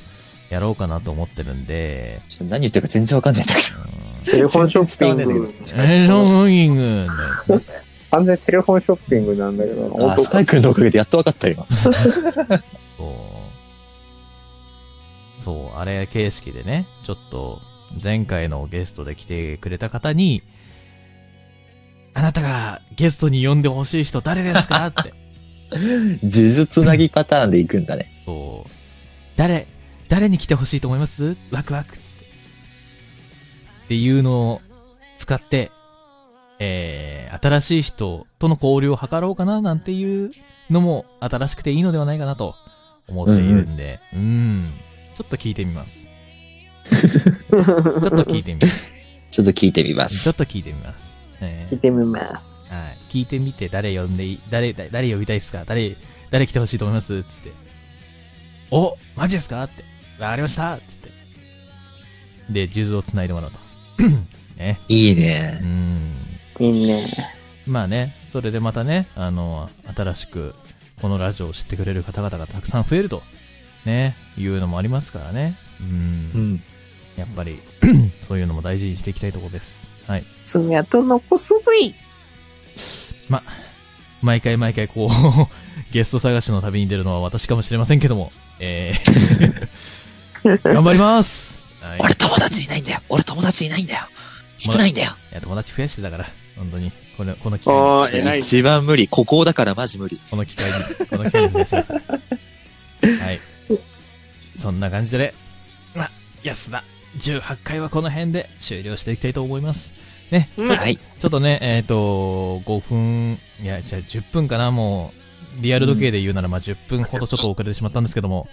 S1: やろうかなと思ってるんで、
S3: ちょっと何言ってるか全然わかんないんだけ
S1: うん
S7: テレフォンショッピン
S3: 全然伝わんね
S7: グ。
S1: エンホンキング
S7: 完全にテレフォンショッピングなんだけ
S2: [laughs]
S7: ど、
S3: ど。あ、スパイクのおかげでやっとわかったよ。
S1: そう。そう、あれ形式でね、ちょっと、前回のゲストで来てくれた方に、あなたがゲストに呼んでほしい人誰ですかって。
S3: 呪術なぎパターンで行くんだね。
S1: そう。誰、誰に来てほしいと思いますワクワクっつって。っていうのを使って、えー、新しい人との交流を図ろうかななんていうのも新しくていいのではないかなと思っているんで、うん、ちょっと聞いてみます。ちょっと聞いてみます。
S3: ちょっと聞いてみま
S1: ちょ
S3: す
S1: っ。と聞いてみます。え
S5: 聞い
S1: ー
S5: てみます。
S1: はい、聞いてみて誰呼んでいい、誰、誰誰呼びたいですか誰、誰来てほしいと思いますつって。おマジですかって。わかりましたつって。で、ジューズを繋いでもらうと。 [clears throat] ね。
S3: いいうね。
S1: ん。
S5: いいね。
S1: まあね、それでまたね、あの、新しく、このラジオを知ってくれる方々がたくさん増えると、ね、いうのもありますからね。うん。
S3: ん。
S1: やっぱ
S5: [coughs]
S1: り、そういうのも大事にしていきたいところです。はい。
S5: 爪痕残すぜ
S1: 毎回毎回こう、 [laughs] ゲスト探しの旅に出るのは私かもしれませんけども、え
S5: [laughs]
S1: ー頑張りますはい。い
S3: 俺友達いないんだよ。俺友達いないんだよ。少ないんだよ。
S1: や、友達増やしてたから、本当に。この、この機会に、
S7: ああ、偉い。
S3: 一番無理。ここだからマジ無理。
S1: この機会に、この機会に増やして
S5: [laughs]
S1: ください。はい。そんな感じで、ま、安田、18回はこの辺で終了していきたいと思います。ね、
S3: はい。
S1: ちょっとね、えっ、と、5分、いや、じゃあ10分かな、もう、リアル時計で言うなら、まあ10分ほどちょっと遅れてしまったんですけども、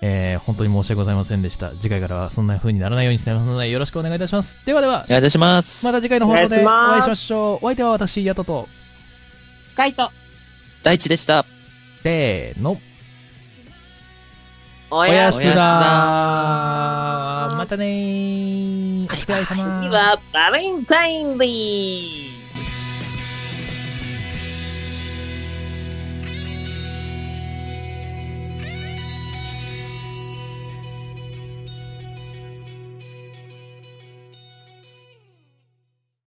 S1: えー、本当に申し訳ございませんでした。次回からはそんな風にならないようにしてますので、よろしくお願いいたします。ではでは
S3: お、願いいたします。
S1: また次回の放送で
S5: お願い
S1: お
S5: します
S1: 会いしましょう。お相手は私、ヤトと、
S5: カイト
S3: 大地でした。
S1: せーの、
S5: お
S1: お
S5: や
S1: や
S5: す
S1: す
S3: おや
S1: だ
S3: すだ
S1: またねー。お疲れ様
S5: みはバレンタインデー